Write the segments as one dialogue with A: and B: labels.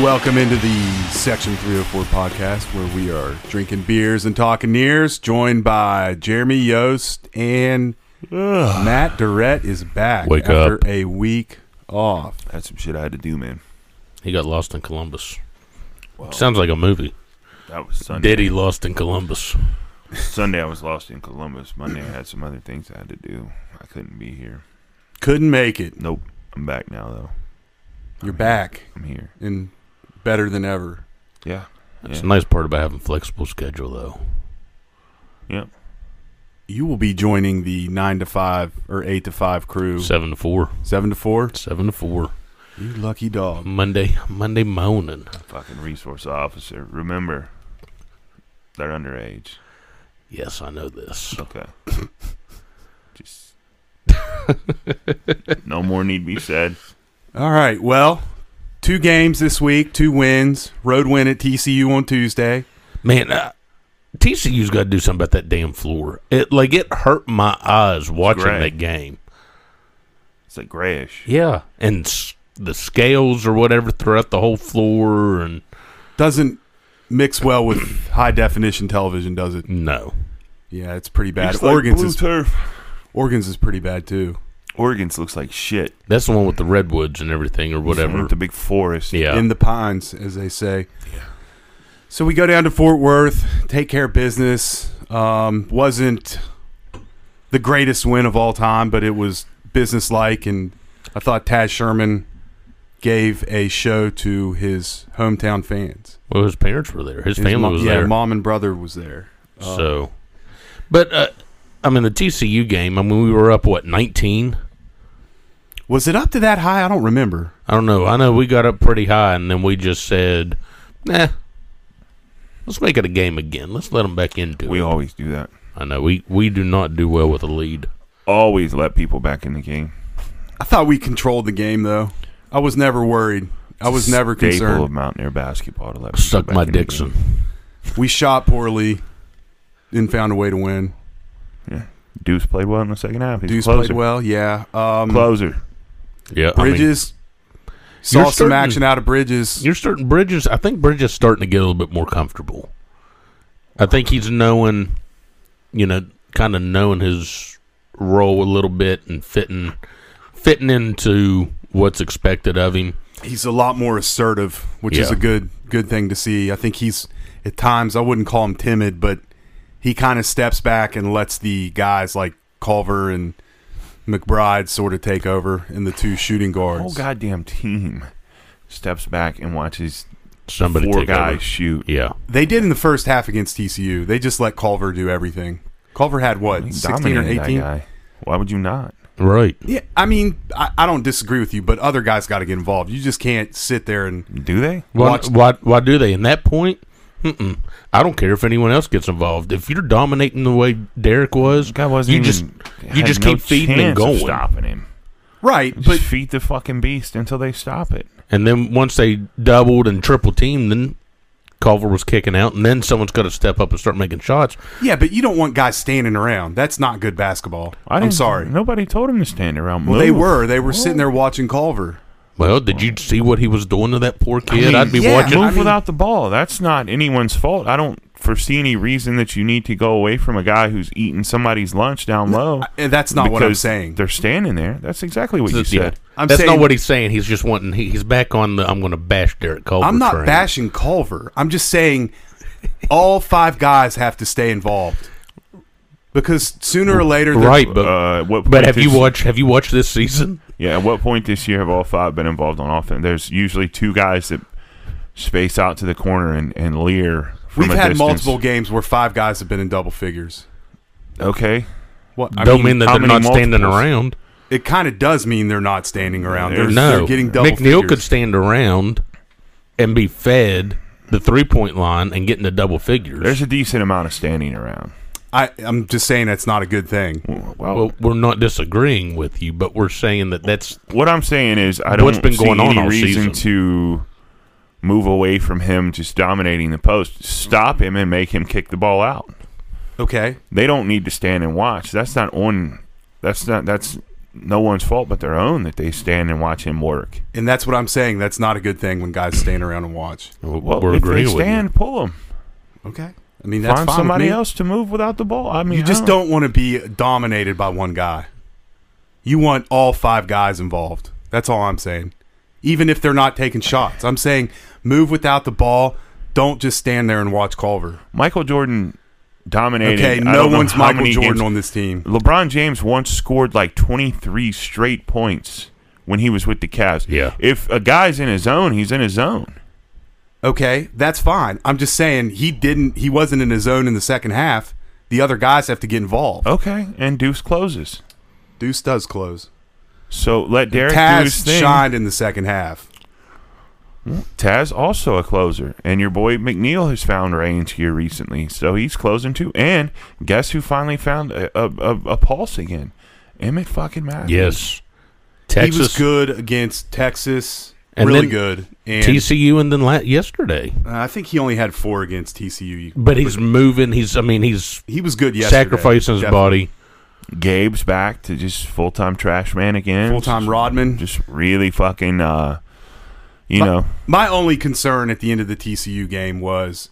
A: Welcome into the Section 304 podcast where we are drinking beers and talking ears, joined by Jeremy Yost and Matt Durrett is back
B: Wake
A: after
B: up.
A: a week off.
C: That's some shit I had to do, man.
B: He got lost in Columbus. Sounds like a movie.
C: That was Sunday.
B: Diddy lost in Columbus.
C: Sunday I was lost in Columbus. Monday I had some other things I had to do. I couldn't be here.
A: Couldn't make it.
C: Nope. I'm back now though.
A: You're back
C: I'm here.
A: and better than ever.
C: Yeah.
B: It's
C: Yeah.
B: a nice part about having flexible schedule, though.
C: Yep.
A: You will be joining the 9 to 5 or 8 to 5 crew,
B: 7 to 4.
A: 7 to 4.
B: 7 to 4.
A: You lucky dog.
B: Monday, Monday morning.
C: Fucking resource officer. Remember, they're underage.
B: Yes, I know this.
C: Okay. Just. no more need be said.
A: All right. Well, two games this week, two wins. Road win at TCU on Tuesday.
B: Man, uh, TCU's got to do something about that damn floor. It Like, it hurt my eyes watching
C: gray.
B: that game.
C: It's like grayish.
B: Yeah. And s- the scales or whatever throughout the whole floor. And
A: doesn't mix well with high definition television, does it?
B: no.
A: Yeah, it's pretty bad.
C: It's like
A: Oregon's
C: blue
A: is
C: turf.
A: Oregon's is pretty bad too.
C: Oregon's looks like shit.
B: That's the one with the redwoods and everything or whatever.
C: With the big forest.
B: Yeah.
A: In the pines, as they say. So we go down to Fort Worth, take care of business. Um, wasn't the greatest win of all time, but it was businesslike, and I thought Taz Sherman gave a show to his hometown fans.
B: Well, his parents were there. His,
A: His
B: family
A: mo-
B: was
A: yeah,
B: there.
A: mom and brother was there.
C: Oh.
A: Uh,
B: so, but uh, I mean, the TCU game. I mean, we were up what nineteen.
A: was it up to that high? I don't remember.
B: I don't know. I know we got up pretty high, and then we just said, "Nah, let's make it a game again. Let's let them back into
C: We
B: it."
C: always do that.
B: I know we we do not do well with a lead.
C: Always let people back in the game.
A: I thought we controlled the game though. I was never worried. I was never
C: Staple of
A: concerned.
C: Mountaineer basketball. To let people
B: Suck
C: back
B: my
C: in the
B: Dixon.
C: game.
A: We shot poorly and found a way to win.
C: Deuce played well in the second half. He's
A: Deuce
C: a closer.
A: played well, yeah. Um,
C: Closer.
B: Yeah, I mean,
A: Bridges saw
B: You're
A: some
B: starting-
A: action out of Bridges.
B: you're starting Bridges. I think Bridges starting to get a little bit more comfortable. I think he's knowing, you know, kind of knowing his role a little bit and fitting fitting into what's expected of him.
A: He's a lot more assertive, which is
B: Yeah.
A: a good good thing to see. I think he's at times I wouldn't call him timid, but he kind of steps back and lets the guys like Culver and McBride sort of take over in the two shooting
C: The
A: guards.
C: whole Oh, goddamn team steps back and watches
B: Somebody
C: four
B: take
C: guys
B: over.
C: shoot.
B: Yeah,
A: They did in the first half against TCU. They just let Culver do everything. Culver had
C: He
A: what, 16 or
C: dominated that
A: 18?
C: guy. Why would you not?
B: right.
A: Yeah, I mean, I, I don't disagree with you, but other guys got to get involved. You just can't sit there and
C: Do they?
B: Why,
A: Watch-
B: why, why do they? And that point, mm-mm, I don't care if anyone else gets involved. If you're dominating the way Derek was,
C: Guy wasn't
B: you
C: even-
B: just you
C: had
B: just
C: no
B: keep feeding and
C: chance of
B: going.
C: stopping him.
A: right,
C: Just
A: but
C: feed the fucking beast until they stop it.
B: And then once they doubled and triple teamed, then Culver was kicking out, and then someone's got to step up and start making shots.
A: yeah, but you don't want guys standing around. That's not good basketball.
C: I
A: I'm
C: didn't-
A: sorry.
C: Nobody told him to stand around.
A: Well, they
C: Move.
A: were they were sitting there watching Culver.
B: Well, did you see what he was doing to that poor kid?
C: mean,
B: I'd be
A: yeah.
B: watching.
A: I
C: Move
A: mean-
C: without the ball. That's not anyone's fault. I don't foresee any reason that you need to go away from a guy who's eating somebody's lunch down low.
A: And that's not what I'm
C: because
A: saying.
C: They're standing there. That's exactly what you
B: Yeah.
C: said.
A: I'm
B: That's
A: saying-
B: not what he's saying. He's just wanting. He, he's back on the. I'm going to bash Derek Culver.
A: I'm not
B: train.
A: bashing Culver. I'm just saying all five guys have to stay involved because sooner or later, they're-
B: Right, but
C: Uh, at what
B: but
C: point
B: have you
C: this-
B: watched? Have you watched this season?
C: Yeah, at what point this year have all five been involved on offense? There's usually two guys that space out to the corner and, and leer. From
A: We've
C: a
A: had
C: distance.
A: multiple games where five guys have been in double figures.
C: Okay,
A: What
B: I Don't mean, that
C: how
B: they're not
C: many
B: standing
C: multiples?
B: around.
A: it kind of does mean they're not standing around. They're,
B: no,
A: they're getting double
B: McNeil could
A: figures.
B: stand around and be fed the three point line and get into double figures.
C: there's a decent amount of standing around.
A: I, I'm just saying that's not a good thing.
C: Well,
B: well, we're not disagreeing with you, but we're saying that that's
C: what I'm saying is I don't
B: What's been
C: see
B: going on
C: any
B: all
C: reason
B: season?
C: to move away from him just dominating the post. Stop him and make him kick the ball out.
A: Okay,
C: They don't need to stand and watch. That's not on. That's not. That's no one's fault but their own that they stand and watch him work.
A: and that's what I'm saying. That's not a good thing when guys stand around and watch.
C: Well,
B: we're
C: if they
B: agreeing with you.
C: stand, pull them.
A: Okay, I mean that's
C: Find
A: fine with
C: somebody
A: me.
C: else to move without the ball. I mean,
A: You just
C: I
A: don't want to be dominated by one guy. You want all five guys involved. That's all I'm saying. Even if they're not taking shots, I'm saying move without the ball. Don't just stand there and watch Culver.
C: Michael Jordan dominated.
A: Okay,
C: I
A: no
C: don't know
A: one's
C: how
A: Michael
C: many
A: Jordan
C: games-
A: on this team.
C: LeBron James once scored like 23 straight points when he was with the Cavs.
B: Yeah.
C: If a guy's in his zone, he's in his zone.
A: Okay, that's fine. I'm just saying he didn't. He wasn't in his zone in the second half. The other guys have to get involved.
C: Okay, and Deuce closes.
A: Deuce does close.
C: So let Derek Deuce
A: Taz
C: thing.
A: shined in the second half.
C: Taz also a closer, and your boy McNeil has found range here recently, so he's closing too. And guess who finally found a, a, a, a pulse again? Emmett fucking Matthews.
B: yes,
A: He was
B: Texas,
A: good against Texas.
B: And
A: really
B: then
A: good. And
B: TCU, and then la- yesterday.
A: Uh, I think he only had four against TCU.
B: But he's moving. He's I mean he's
A: He was good yesterday.
B: sacrificing his body.
C: Gabe's back to just full time trash man again.
A: Full time Rodman.
C: Just really fucking, uh, you
A: My-
C: know,
A: My only concern at the end of the TCU game was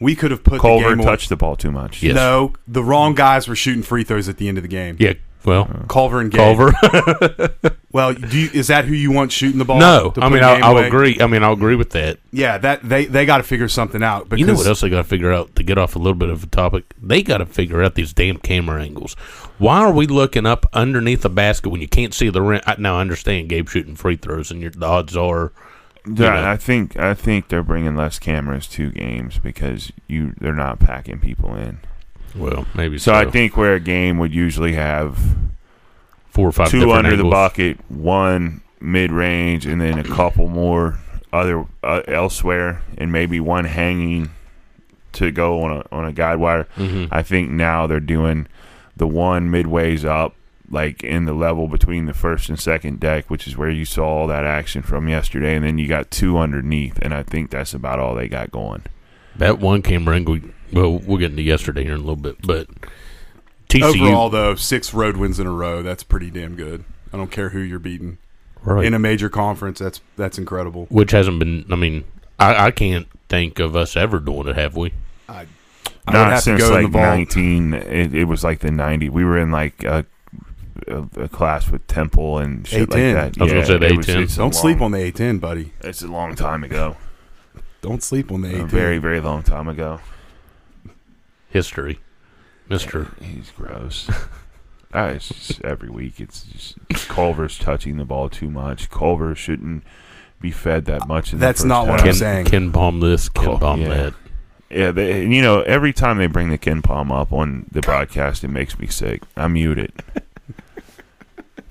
A: we could have put the
C: Culver
A: game
C: touched the ball too much.
B: Yeah. Yes.
A: No, the wrong guys were shooting free throws at the end of the game.
B: Yeah. Well,
A: Culver and Gabe.
B: Culver.
A: Well, do you, is that who you want shooting the ball?
B: no,
A: to
B: I
A: put
B: mean
A: the
B: I,
A: game
B: I'll
A: away?
B: agree. I mean I'll agree with that.
A: Yeah, that they they got to figure something out because
B: you know what else they got to figure out to get off a little bit of a topic? They got to figure out these damn camera angles. Why are we looking up underneath the basket when you can't see the rim? I, now I understand Gabe shooting free throws, and your, the odds are
C: Yeah,
B: know.
C: I think I think they're bringing less cameras to games because you they're not packing people in.
B: well maybe
C: So I think where a game would usually have
B: four or five
C: two
B: different
C: under the
B: angles.
C: bucket, one mid range, and then a couple more other uh, elsewhere, and maybe one hanging to go on a on a guide wire.
B: Mhm.
C: I think now they're doing the one midways up, like in the level between the first and second deck, which is where you saw all that action from yesterday, and then you got two underneath, and I think that's about all they got going.
B: That one camera angle. Well, we'll get into yesterday here in a little bit, but TCU
A: overall though six road wins in a row that's pretty damn good. I don't care who you're beating
B: right.
A: in a major conference. That's that's incredible.
B: which hasn't been. I mean, I, I can't think of us ever doing it, have we?
A: I, I would
C: Not
A: have to
C: since
A: go
C: like
A: in the vault.
C: nineteen, it, it was like the ninety. We were in like a, a, a class with Temple and shit
A: A10.
C: like that.
B: I was gonna say the
C: it was-
B: A10.
C: it's a
A: Don't sleep
C: long-
A: on the A10, buddy.
C: It's a long time ago,
A: Don't sleep on the
C: a
A: A10.
C: very very long time ago.
B: History, Mister.
C: He's gross. Ah, it's just every week. It's just Culver's touching the ball too much. Culver shouldn't be fed that much. In the
A: That's
C: first
A: not what
C: half.
A: I'm
B: Ken,
A: saying.
B: Ken bomb this. Ken
C: Cool,
B: bomb
C: yeah.
B: that.
C: Yeah, they, and you know, every time they bring the Ken Palm up on the broadcast, it makes me sick. I mute it.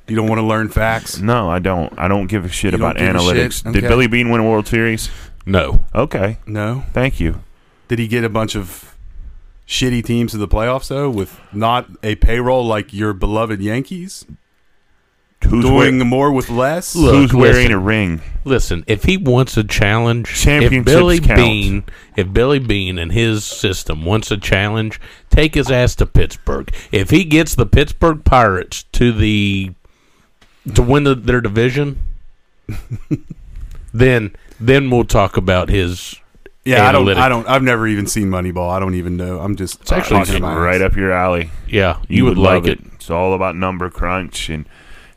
A: You don't want to learn facts.
C: No, I don't. I don't give a shit
A: You don't
C: about
A: give a shit?
C: analytics. Did
A: Okay.
C: Billy Bean win a World Series?
B: No,
C: Okay,
B: Mm-hmm.
A: No.
C: thank you.
A: Did he get a bunch of shitty teams to the playoffs though, with not a payroll like your beloved Yankees,
C: Who's
A: doing
C: wearing,
A: more with less?
B: Look.
C: who's
B: listen.
C: wearing a ring?
B: listen. If he wants a challenge, if
C: Championships
B: Billy
C: count.
B: Bean, if Billy Bean and his system wants a challenge, take his ass to Pittsburgh. If he gets the Pittsburgh Pirates to the to win the, their division, then then we'll talk about his
A: Yeah, I don't.
B: analytic.
A: I don't. I've never even seen Moneyball. I don't even know. I'm just.
B: It's actually
A: talking
C: Fucking
A: about it.
C: right up your alley.
B: Yeah, you, would,
C: love
B: like it.
C: It's all about number crunch and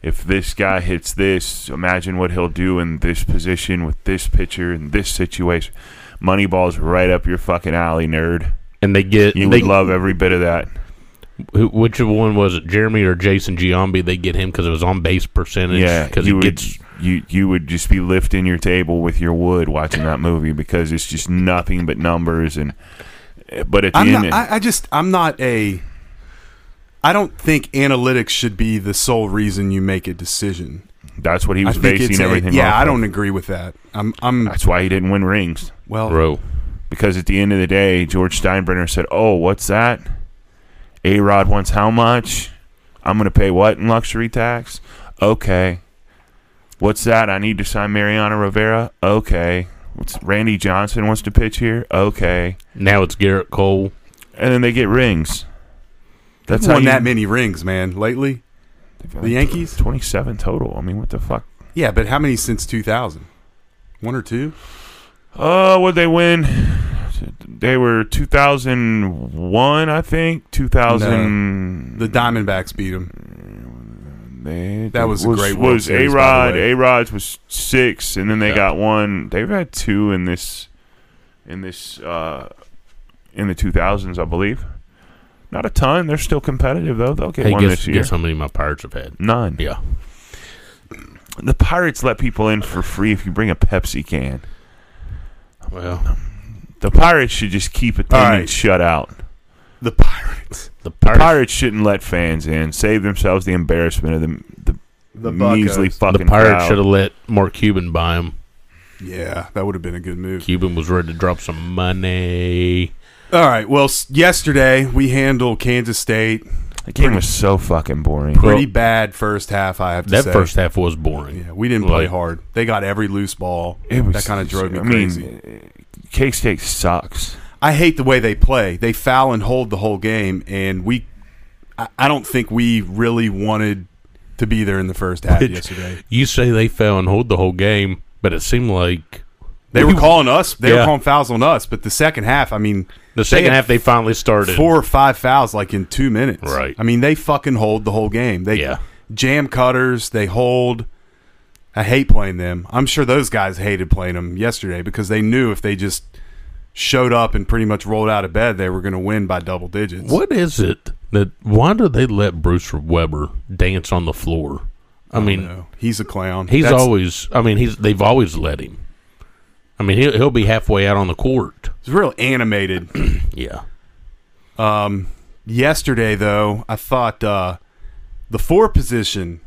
C: if this guy hits this, imagine what he'll do in this position with this pitcher in this situation. Moneyball's right up your fucking alley, nerd.
B: And they get
C: You
B: they,
C: would love every bit of that.
B: who, which one was it? Jeremy or Jason Giambi? They get him because it was on base percentage.
C: yeah,
B: because
C: you
B: he
C: would
B: gets
C: you you would just be lifting your table with your wood watching that movie because it's just nothing but numbers and. But at the
A: I'm
C: end,
A: not, I, I just I'm not a I don't think analytics should be the sole reason you make a decision.
C: that's what he was
A: I think
C: basing
A: a-
C: everything.
A: yeah,
C: off
A: I
C: of.
A: don't agree with that. I'm I'm
C: That's why he didn't win rings.
A: well
B: bro.
C: because at the end of the day, George Steinbrenner said, "Oh, what's that? A Rod wants how much? I'm going to pay what in luxury tax? Okay. What's that? I need to sign Mariano Rivera. Okay. What's Randy Johnson wants to pitch here? Okay.
B: Now it's Garrett Cole.
C: And then they get rings. That's
A: that's
C: how
A: won
C: you,
A: that many rings, man. Lately, the Yankees.
C: 27 total. I mean, what the fuck?
A: Yeah, but how many since 2000? One or two?
C: Oh, what they win? They were 2001, I think. 2000
A: The Diamondbacks beat them.
C: They,
A: That was a great World
C: was a
A: Series, by the
C: rod.
A: way.
C: A rod's was six, and then they
B: Yeah.
C: got one. They've had two in this, in this, uh, in the two thousands, I believe. Not a ton. They're still competitive though. They'll get
B: Hey,
C: one
B: guess,
C: this year.
B: guess how many my Pirates have had?
C: None.
B: Yeah,
C: The Pirates let people in for free if you bring a Pepsi can.
B: well,
C: The Pirates should just keep attendance
A: right.
C: shut out.
A: The Pirates.
B: the Pirates,
C: Pirates shouldn't let fans in. Save themselves the embarrassment of the the, measly
A: Buccos.
B: the
C: fucking
B: Pirates
C: crowd.
B: should have let Mark Cuban buy him.
A: Yeah, that would have been a good move.
B: Cuban was ready to drop some money.
A: All right. Well, s- yesterday we handled Kansas State.
C: The game was so fucking boring.
A: Pretty
B: Well,
A: bad first half, I have to
B: That
A: say.
B: first half was boring.
A: Yeah, we didn't play
B: Like-
A: hard. They got every loose ball.
C: It was
A: that kind of drove me
C: I
A: crazy.
C: Mean, Cake State sucks.
A: I hate the way they play. They foul and hold the whole game, and we. I, I don't think we really wanted to be there in the first half
B: Which-
A: yesterday.
B: You say they fell and hold the whole game, but it seemed like
A: They were calling us. They were
B: Yeah.
A: calling fouls on us, but the second half, I mean,
B: the second
A: had
B: half they finally started.
A: four or five fouls like in two minutes.
B: Right.
A: I mean, they fucking hold the whole game. They
B: Yeah.
A: jam cutters. They hold. I hate playing them. I'm sure those guys hated playing them yesterday because they knew if they just showed up and pretty much rolled out of bed, they were going to win by double digits.
B: What is it that? Why do they let Bruce Weber dance on the floor? I mean,
A: No, he's a clown.
B: he's
A: Oh, That's-
B: always. I mean, he's. They've always let him. I mean, he'll he'll be halfway out on the court.
A: he's real animated.
B: Yeah,
A: yesterday, though, I thought uh, the four position,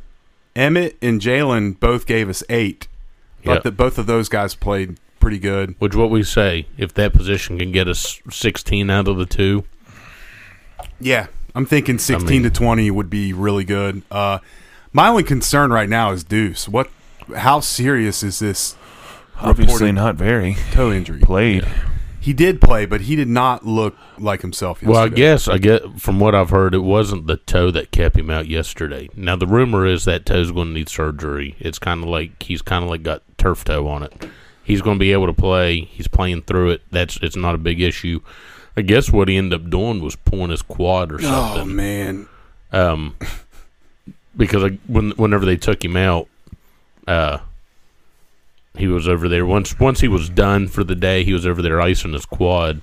A: Emmett and Jalen both gave us eight. I
B: Yeah.
A: thought that both of those guys played pretty good.
B: which what we say if that position can get us sixteen out of the two.
A: Yeah, I'm thinking 16 to 20 would be really good. Uh, my only concern right now is Deuce. What? How serious is this
C: Obviously
A: reported
C: not very
A: toe injury?
C: played.
A: He did play, but he did not look like himself yesterday.
B: Well, I guess I get from what I've heard, it wasn't the toe that kept him out yesterday. Now the rumor is that toe's going to need surgery. It's kind of like he's kind of like got turf toe on it. He's going to be able to play. He's playing through it. That's it's not a big issue. I guess what he ended up doing was pulling his quad or
A: Oh
B: something.
A: man,
B: Um, because I, when whenever they took him out, uh, he was over there. Once once he was done for the day, he was over there icing his quad,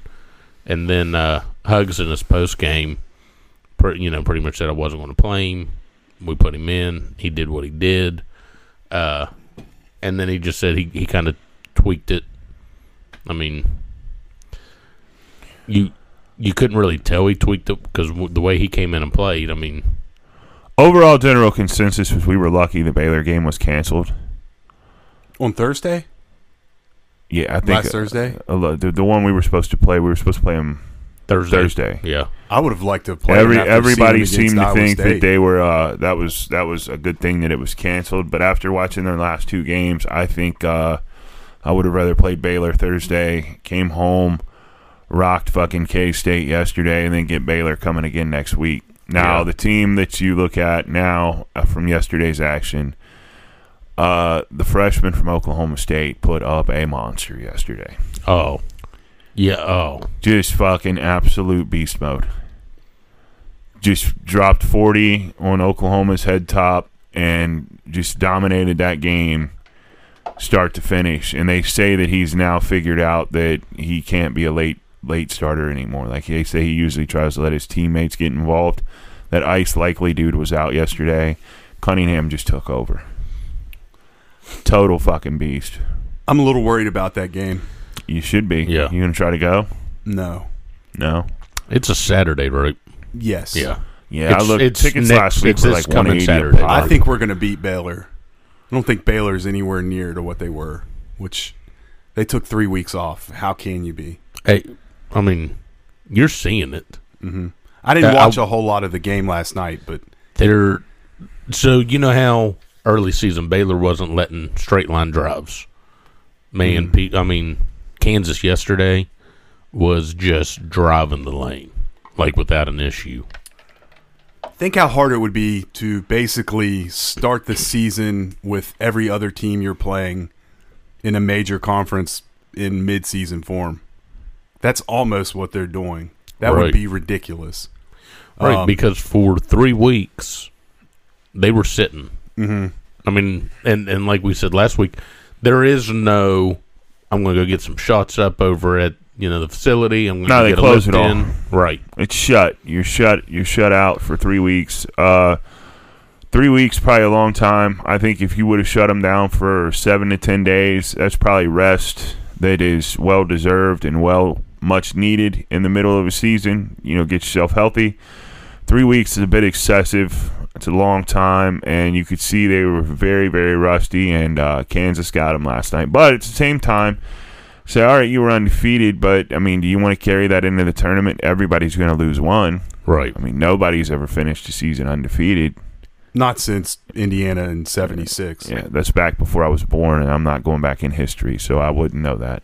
B: and then uh, hugs in his post game. Per, you know, pretty much said I wasn't going to play him. We put him in. He did what he did, uh, and then he just said he, he kind of tweaked it. I mean, you you couldn't really tell he tweaked it because w- the way he came in and played. I mean,
C: Overall general consensus was we were lucky the Baylor game was canceled.
A: on Thursday,
C: Yeah, I think
A: last Thursday,
C: uh, uh, the, the one we were supposed to play, we were supposed to play them
B: Thursday.
C: Thursday.
B: Yeah.
A: I would have liked to play.
C: Every everybody seemed to think that they were uh, that was that was a good thing that it was canceled. But after watching their last two games, I think uh, I would have rather played Baylor Thursday, came home, rocked fucking K State yesterday, and then get Baylor coming again next week. Now
B: Yeah.
C: the team that you look at now uh, from yesterday's action, uh, the freshman from Oklahoma State put up a monster yesterday.
B: Oh, Yeah. Oh.
C: just fucking absolute beast mode. Just dropped 40 on Oklahoma's head top and just dominated that game start to finish. And they say that he's now figured out that he can't be a late late starter anymore. Like they say he usually tries to let his teammates get involved. That ice likely dude was out yesterday. Cunningham just took over. Total fucking beast.
A: I'm a little worried about that game.
C: You should be.
B: Yeah.
C: You gonna try to go?
A: No.
C: No.
B: It's a Saturday, right?
A: Yes.
B: Yeah.
C: Yeah, I
B: It's-
C: looked
B: it's
C: tickets
B: next-
C: last week
B: it's
C: were
B: this
C: like
B: coming
C: 180
B: Saturday.
C: a pop.
A: I think we're going to beat Baylor. I don't think Baylor's anywhere near to what they were, which they took three weeks off. How can you be?
B: Hey, I mean, you're seeing it.
A: I didn't
B: Uh,
A: watch
B: I-
A: a whole lot of the game last night, but
B: They're so you know how early season Baylor wasn't letting straight line drives. Man, Pete, I mean, Kansas yesterday was just driving the lane like without an issue.
A: think how hard it would be to basically start the season with every other team you're playing in a major conference in midseason form. That's almost what they're doing. That
B: Right.
A: would be ridiculous.
B: Right,
A: Um,
B: because for three weeks they were sitting. Mm-hmm. I mean, and and like we said last week, there is no. I'm going to go get some shots up over at you know the facility. I'm going
C: No,
B: to
C: they
B: get a
C: close
B: lift
C: it all.
B: in. Right,
C: It's shut. You're shut. You're shut out for three weeks. Uh, three weeks probably a long time. I think if you would have shut them down for seven to ten days, that's probably rest that is well deserved and well much needed in the middle of a season. You know, get yourself healthy. Three weeks is a bit excessive. It's a long time, and you could see they were very, very rusty. And uh, Kansas got them last night, but at the same time, say, all right, you were undefeated, but I mean, do you want to carry that into the tournament? Everybody's going to lose one.
B: right.
C: I mean, nobody's ever finished a season undefeated.
A: Not since Indiana in 76.
C: Yeah, that's back before I was born, and I'm not going back in history, so I wouldn't know that.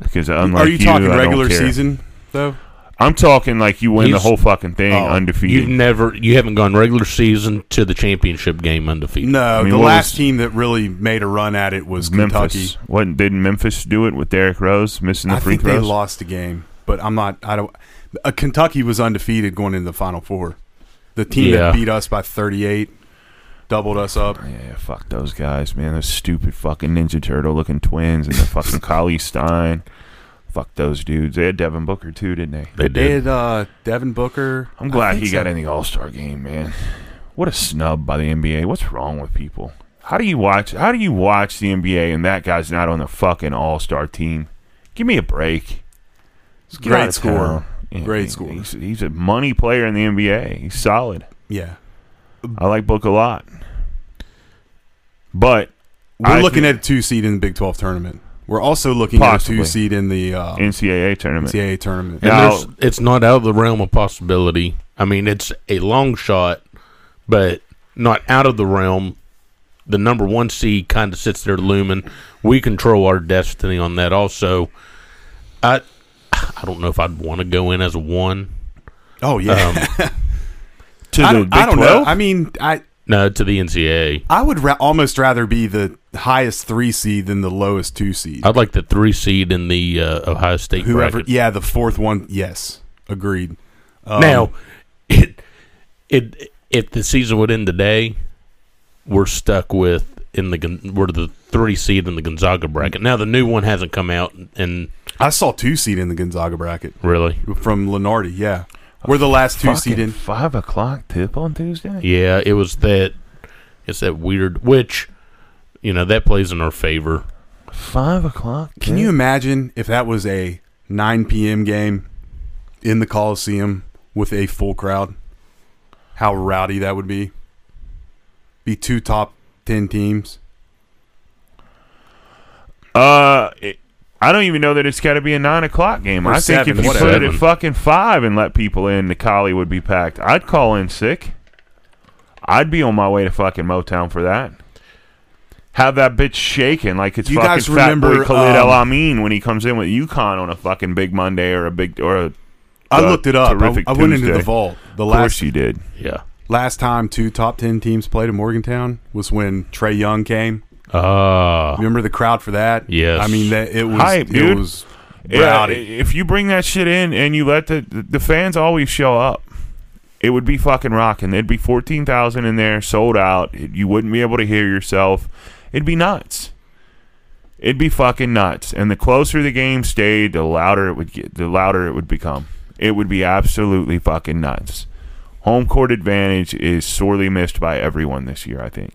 C: Because unlike
A: Are you talking
C: I don't
A: regular
C: care.
A: season though?
C: I'm talking like you win
B: He's-
C: the whole fucking thing
A: Oh,
B: You've
C: undefeated.
B: never, you haven't gone regular season to the championship game undefeated.
A: No,
C: I mean,
A: the
C: what
A: last
C: was-
A: team that really made a run at it was Kentucky.
C: Memphis. What didn't Memphis do it with Derrick Rose missing the
A: I
C: free
A: think
C: throws?
A: they lost the game, but I'm not. I don't. Uh, Kentucky was undefeated going into the Final Four. The team
B: Yeah.
A: that beat us by 38 doubled us up.
C: Oh, Yeah, fuck those guys, man. Those stupid fucking Ninja Turtle looking twins and the fucking Kali Stein. Fuck those dudes. They had Devin Booker too, didn't they?
A: They
B: They did.
A: had uh, Devin Booker.
C: I'm glad
A: think
C: he
A: so.
C: got in the All Star game, man. What a snub by the NBA. What's wrong with people? How do you watch? How do you watch the NBA and that guy's not on the fucking All Star team? Give me a break. Just get
A: Great
C: out of
A: scorer.
C: town.
A: Great
C: he-
A: scorer.
C: He's, he's a money player in the NBA. He's solid.
A: Yeah,
C: I like Book a lot, but
A: we're
C: I
A: looking
C: think-
A: at a two seed in the Big 12 tournament. We're also looking
C: Possibly.
A: at a two seed in the uh,
C: NCAA tournament.
A: NCAA tournament.
B: and
C: now-
B: there's, it's not out of the realm of possibility. I mean, it's a long shot, but not out of the realm. The number one seed kind of sits there looming. We control our destiny on that. Also, I I don't know if I'd want to go in as a one.
A: Oh yeah,
B: Um,
C: To
A: I
C: the
A: don't,
C: Big
A: I don't know.
C: 12?
A: I mean, I
B: no, to the NCAA.
A: I would ra- almost rather be the highest three seed than the lowest two seed.
B: I'd like the three seed in the uh, Ohio State
A: Whoever,
B: bracket.
A: yeah, the fourth one. Yes, agreed. Um,
B: now, it, it if the season would end today, we're stuck with in the Gon- we're the three seed in the Gonzaga bracket. Now the new one hasn't come out, and
A: I saw two seed in the Gonzaga bracket
B: really,
A: from Lenardi. Yeah, we're the last two seed
C: Fucking
A: in.
C: five o'clock tip on Tuesday.
B: yeah, it was that. It's that weird, which you know that plays in our favor.
C: Five o'clock.
A: Can you imagine if that was a 9 p.m. game in the Coliseum with a full crowd? How rowdy that would be! Be two top ten teams.
C: Uh, it, I don't even know that it's got to be a nine o'clock game.
A: Or
C: I
A: seven,
C: think if you
A: whatever.
C: put it at fucking five and let people in, the collie would be packed. I'd call in sick. I'd be on my way to fucking Motown for that. Have that bitch shaking like it's
A: You
C: fucking
A: guys
C: Fat Boy
A: remember,
C: Khalid El
A: um,
C: Amin when he comes in with UConn on a fucking big Monday or a big or a.
A: I
C: Uh,
A: looked it up. I,
C: terrific
A: I went into
C: Tuesday.
A: the vault. The
C: Of course
A: last
C: you did.
B: Yeah.
A: last time two top ten teams played in Morgantown was when Trey Young came.
B: Ah.
A: Remember the crowd for that?
B: Yes.
A: I mean that it was
C: Hype,
A: it
C: dude.
A: was
C: Yeah,
A: Rowdy.
C: if you bring that shit in and you let the the fans always show up, it would be fucking rocking. There'd be fourteen thousand in there, sold out. You wouldn't be able to hear yourself. It'd be nuts. It'd be fucking nuts. And the closer the game stayed, the louder it would get. The louder it would become. It would be absolutely fucking nuts. Home court advantage is sorely missed by everyone this year. I think.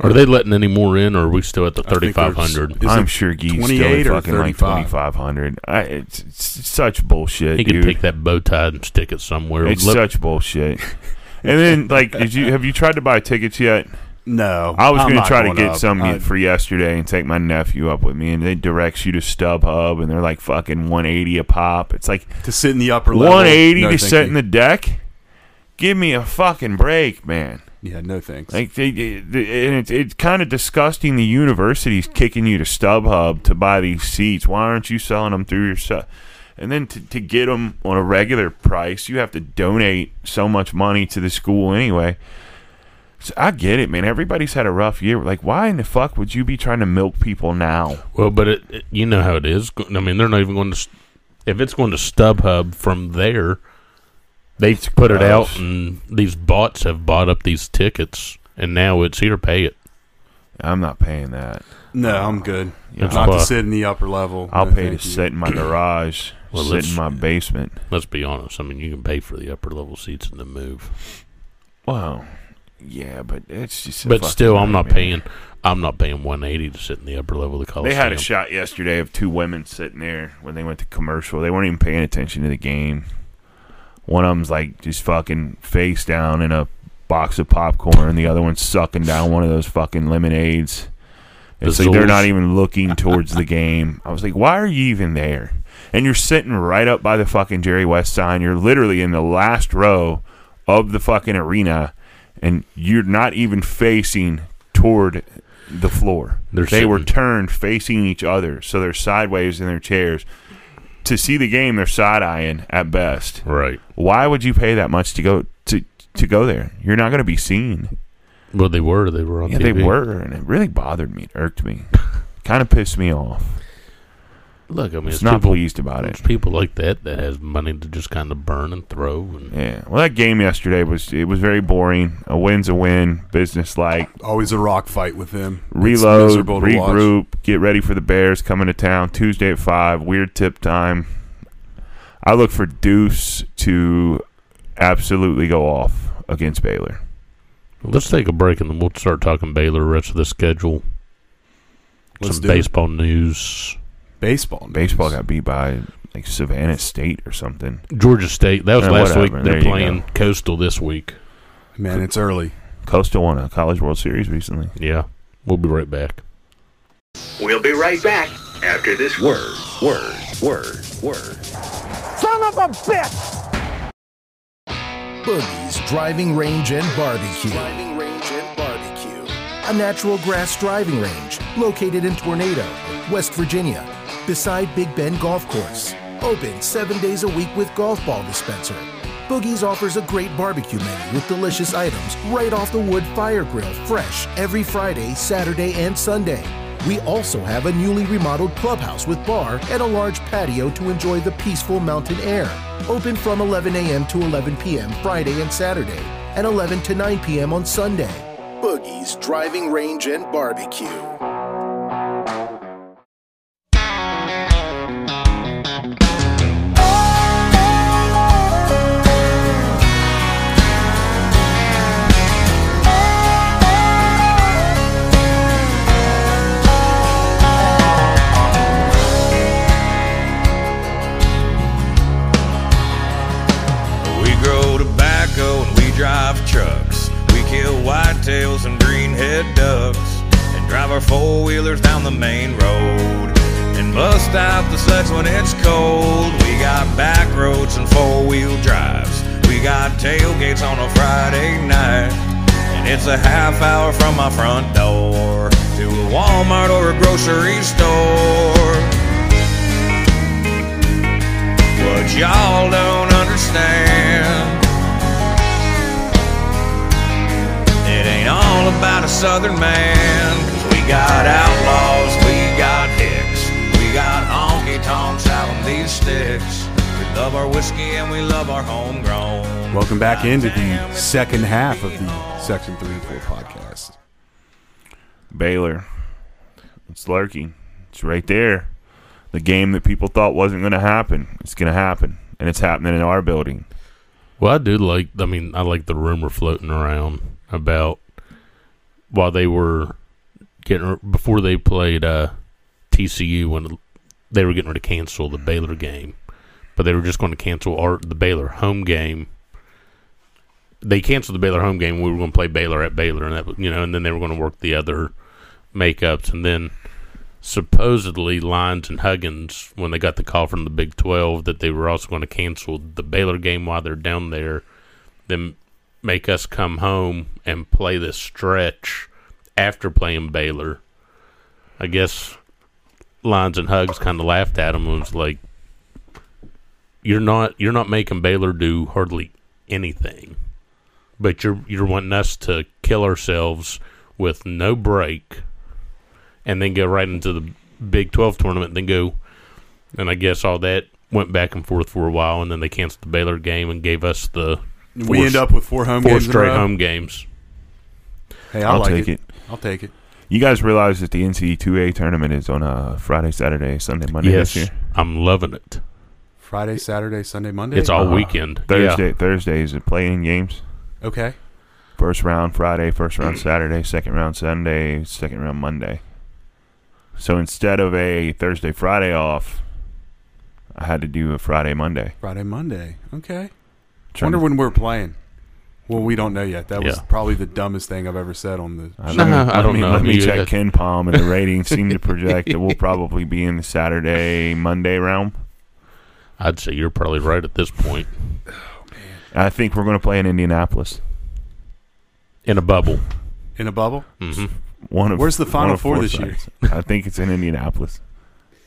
B: Are they letting any more in, or are we still at the
A: I think there's-
B: 3,500?
A: is
C: I'm
A: it
C: sure Gee's still
A: 28
C: at
A: or
C: fucking like
A: 35?
C: 2,500. I, it's, it's such bullshit,
B: He could
C: dude.
B: take that bow tie and stick it somewhere.
C: It's
B: Let-
C: such bullshit. and then, like, did you have you tried to buy tickets yet?
A: No,
C: I was
A: I'm
C: gonna
A: not
C: try to
A: going
C: get
A: up. Uh,
C: some
A: I-
C: for yesterday and take my nephew up with me, and they directs you to StubHub, and they're like fucking 180 a pop. It's like
A: to sit in the upper level.
C: 180
A: No,
C: to
A: thank
C: sit
A: you.
C: in the deck. Give me a fucking break, man.
A: Yeah, no thanks.
C: Like, they, they- they- and it's it's kind of disgusting. The university's kicking you to StubHub to buy these seats. Why aren't you selling them through your stuff? And then to, to get them on a regular price, you have to donate so much money to the school anyway. So I get it, man. Everybody's had a rough year. Like, why in the fuck would you be trying to milk people now?
B: well, but it, it- you know how it is. Go- I mean, they're not even going to. s- If it's going to StubHub from there, they've put it out,
C: gross.
B: and these bots have bought up these tickets, and now it's here, pay it.
C: I'm not paying that.
A: no, I'm good.
C: Yeah.
A: Not to
B: Fuck.
A: sit in the upper level.
C: I'll
A: No,
C: pay to
A: thank you.
C: sit in my garage,
B: Well,
C: sit
B: let's-
C: in my basement.
B: Let's be honest. I mean, you can pay for the upper level seats in the move,
C: Wow. Yeah, but it's just. a
B: but
C: fucking
B: still, I'm not
C: nightmare.
B: paying. I'm not paying 180 to sit in the upper level of the
C: They
B: Coliseum.
C: had a shot yesterday of two women sitting there when they went to commercial. They weren't even paying attention to the game. One of them's like just fucking face down in a box of popcorn, and the other one's sucking down one of those fucking lemonades.
B: The
C: It's like they're
B: Zools.
C: not even looking towards the game. I was like, why are you even there? And you're sitting right up by the fucking Jerry West sign. You're literally in the last row of the fucking arena, and you're not even facing toward the floor.
B: They're
C: they were
B: sitting-
C: turned facing each other, so they're sideways in their chairs. To see the game, they're side eyeing at best.
B: right.
C: Why would you pay that much to go to to go there? You're not going to be seen.
B: Well, they were. They were on.
C: Yeah,
B: TV.
C: they were, and it really bothered me. It irked me. kind of pissed me off.
B: Look, I mean,
C: I
B: it's
C: was not
B: people,
C: pleased about
B: It's
C: it.
B: people like that that has money to just kind of burn and throw. And
C: Yeah. Well, that game yesterday was it was very boring. A win's a win. Business like
A: Always a rock fight with them. It's
C: reload,
A: miserable to watch.
C: regroup, get ready for the Bears coming to town Tuesday at five. Weird tip time. I look for Deuce to absolutely go off against Baylor.
B: let's take a break and then we'll start talking Baylor rest of the schedule.
A: Let's
B: Some
A: do it.
B: baseball news.
A: Baseball. news.
C: Baseball got beat by like Savannah State or something.
B: Georgia State. That was
C: Yeah,
B: last
C: whatever.
B: week.
C: There
B: They're
C: you go.
B: playing Coastal this week.
A: Man, it's early.
C: Coastal won a College World Series recently.
B: Yeah, we'll be right back.
D: We'll be right back after this word, word, word, word.
E: Boogie's Driving Range and Barbecue. Driving Range and Barbecue. A natural grass driving range located in Tornado, West Virginia, beside Big Bend Golf Course. Open seven days a week with golf ball dispenser. Boogie's offers a great barbecue menu with delicious items right off the wood fire grill, fresh every Friday, Saturday, and Sunday. We also have a newly remodeled clubhouse with bar and a large patio to enjoy the peaceful mountain air. Open from 11 a.m. to 11 p.m. Friday and Saturday, and 11 to 9 p.m. on Sunday. Boogie's Driving Range and Barbecue.
F: We grow tobacco and we drive trucks. We kill whitetails and greenhead ducks. And drive our four wheelers down the main road. And bust out the sluts when it's cold. We got back roads and four wheel drives. We got tailgates on a Friday night. And it's a half hour from my front door to a Walmart or a grocery store. What y'all don't understand. It ain't all about a southern man. 'Cause we got outlaws, we got hicks, we got honky tonks out in these sticks. We love our whiskey and we love our homegrown.
A: Welcome back into
F: Goddamn,
A: the
F: it's
A: second
F: good to
A: half
F: be
A: of the Section 3 and 4 podcast.
C: Baylor. It's lurking. It's right there. The game that people thought wasn't going to happen. It's going to happen. And it's happening in our building.
B: Well, I do like. I mean, I like the rumor floating around about while they were getting before they played uh, TCU when they were getting ready to cancel the Baylor game, but they were just going to cancel our the Baylor home game. They canceled the Baylor home game. We were going to play Baylor at Baylor, and that was- you know, and then they were going to work the other makeups, and then supposedly Lyons and Huggins, when they got the call from the Big 12 that they were also going to cancel the Baylor game while they're down there, then make us come home and play this stretch after playing Baylor. I guess Lyons and Hugs kind of laughed at him and was like, "You're not you're not making Baylor do hardly anything, but you're you're wanting us to kill ourselves with no break." and then go right into the Big 12 tournament, then go. And I guess all that went back and forth for a while, and then they canceled the Baylor game and gave us the four
A: we end
B: s-
A: up with four home
B: four
A: games in a
B: straight
A: row.
B: home games.
A: Hey, I
C: I'll
A: like
C: take
A: it.
C: it.
A: I'll take it.
C: You guys realize that the NCAA tournament is on a Friday, Saturday, Sunday, Monday
B: yes,
C: this year?
B: I'm loving it.
A: Friday, Saturday, Sunday, Monday.
B: It's all
C: Uh,
B: weekend.
C: Thursday.
B: Yeah.
C: Thursday is the playing games.
A: okay.
C: First round Friday, first round Saturday, second round Sunday, second round Monday. So instead of a Thursday, Friday off, I had to do a Friday, Monday.
A: Friday, Monday. Okay.
C: Trying
A: Wonder
C: to-
A: when we're playing. Well, we don't know yet. That was
B: Yeah.
A: probably the dumbest thing I've ever said on the.
C: I
B: No,
C: don't know.
B: I
C: Let
B: don't
C: me-
B: know.
C: Let me
B: You
C: check
B: got-
C: Ken Palm, and the ratings seem to project that we'll probably be in the Saturday, Monday realm.
B: I'd say you're probably right at this point.
C: I think we're going to play in Indianapolis.
B: In a bubble.
A: In a bubble?
B: hmm
C: One of
A: Where's the
C: one
A: Final
C: of
A: Four this
C: sites. I think it's in Indianapolis.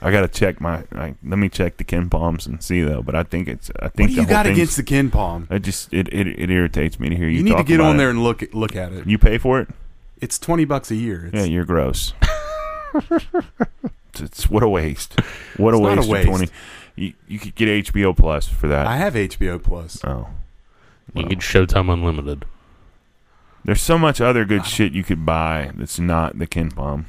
C: I gotta check my. Like, let me check the Ken Palms and see though. But I think it's. I
A: What
C: think
A: do
C: the
A: you
C: whole
A: got
C: thing's-
A: against the Ken Palm?
C: I just it, it it irritates me to hear you.
A: You, need to
C: talk
A: get
C: about
A: on
C: it.
A: there and look at, look at it.
C: You pay for it?
A: It's twenty bucks a year. It's,
C: Yeah, you're gross. it's, it's- what a waste. What a
A: It's not a
C: waste,
A: waste.
C: of twenty. You you could get HBO Plus for that.
A: I have HBO Plus.
C: oh,
B: You get Showtime Unlimited.
C: there's so much other
A: Ah.
C: good shit you could buy that's not the Ken Palm.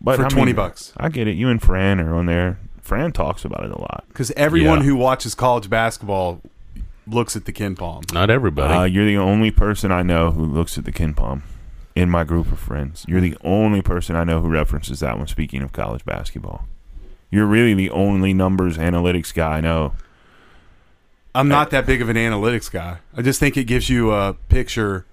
C: But
A: For
C: I
A: 20 bucks.
C: I get it. You and Fran are on there. Fran talks about it a lot.
A: Because everyone
B: Yeah.
A: who watches college basketball looks at the Ken Palm.
B: Not everybody.
C: Uh, you're the only person I know who looks at the Ken Palm in my group of friends. You're the only person I know who references that one. Speaking of college basketball, you're really the only numbers analytics guy I know.
A: I'm not that big of an analytics guy. I just think it gives you a picture.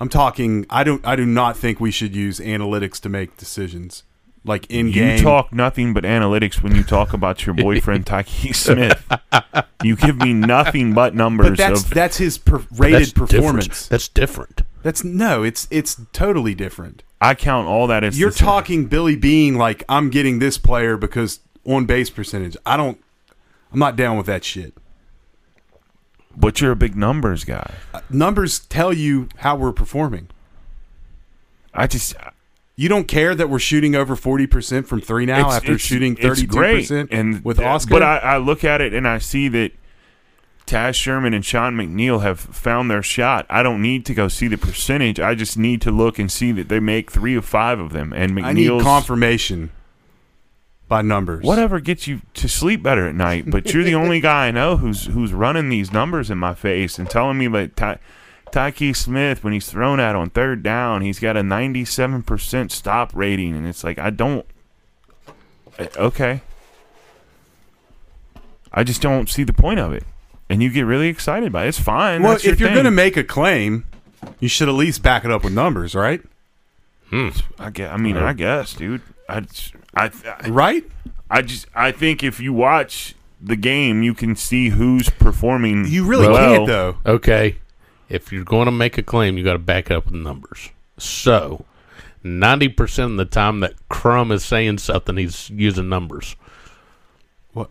A: I'm talking. I don't. I do not think we should use analytics to make decisions, like in game.
C: You talk nothing but analytics when you talk about your boyfriend Tyke Smith. You give me nothing but numbers
A: but that's
C: of
A: that's his per- rated
B: different.
A: performance.
B: That's different.
A: That's no. It's it's totally different.
C: I count all that as
A: You're
C: the same.
A: talking Billy Bean like I'm getting this player because on base percentage. I don't. I'm not down with that shit.
C: but you're a big numbers guy.
A: Numbers tell you how we're performing.
C: I just
A: You don't care that we're shooting over forty percent from three now
C: it's-
A: after
C: it's-
A: shooting
C: it's
A: thirty-two
C: great.
A: percent
C: and
A: with Oscar.
C: But I, I look at it and I see that Taz Sherman and Sean McNeil have found their shot. I don't need to go see the percentage. I just need to look and see that they make three of five of them. And McNeil's
A: I need confirmation by numbers.
C: whatever gets you to sleep better at night. But you're the only guy I know who's who's running these numbers in my face and telling me that Ty, Tyke Smith, when he's thrown at on third down, he's got a 97% stop rating, and it's like I don't. uh, Okay. I just don't see the point of it, and you get really excited by it. It's fine.
A: Well,
C: That's your
A: if you're
C: thing.
A: going to make a claim, you should at least back it up with numbers, right?
C: I guess, I mean, I guess, dude. I, just- I, I
A: Right?
C: I just I think if you watch the game, you can see who's performing.
A: You really
C: well.
A: can't though.
B: Okay. If you're going to make a claim, you got to back it up with numbers. So, 90% of the time that Crum is saying something, he's using numbers.
A: What?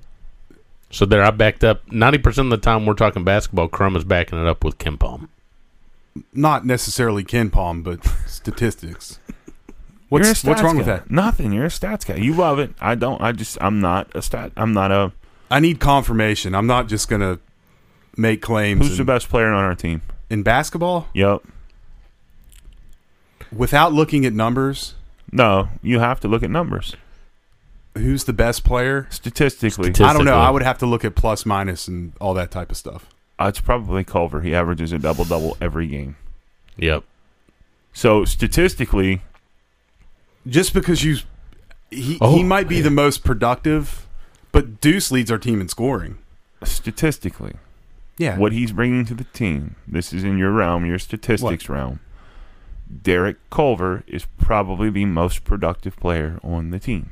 B: So, there I backed up. 90% of the time we're talking basketball, Crum is backing it up with Kim Palm.
A: Not necessarily Ken Palm, but statistics.
C: You're a
A: What's
C: stats
A: what's wrong with
C: guy.
A: that?
C: Nothing. You're a stats guy. You love it. I don't. I just. I'm not a stat. I'm not a.
A: I need confirmation. I'm not just gonna make claims.
C: Who's the
A: in,
C: best player on our team?
A: in basketball
C: Yep.
A: without looking at numbers?
C: No. You have to look at numbers
A: Who's the best player?
C: statistically.
B: Stati-
A: I don't know.
B: Statistically.
A: I would have to look at plus minus and all that type of stuff.
C: Uh, it's probably Culver. He averages a double double every game.
B: Yep.
C: So statistically,
A: Just because you, he
B: Oh,
A: he might be the most productive, but Deuce leads our team in scoring.
C: statistically,
A: Yeah,
C: what he's bringing to the team. This is in your realm, your statistics realm. Derek Culver is probably the most productive player on the team.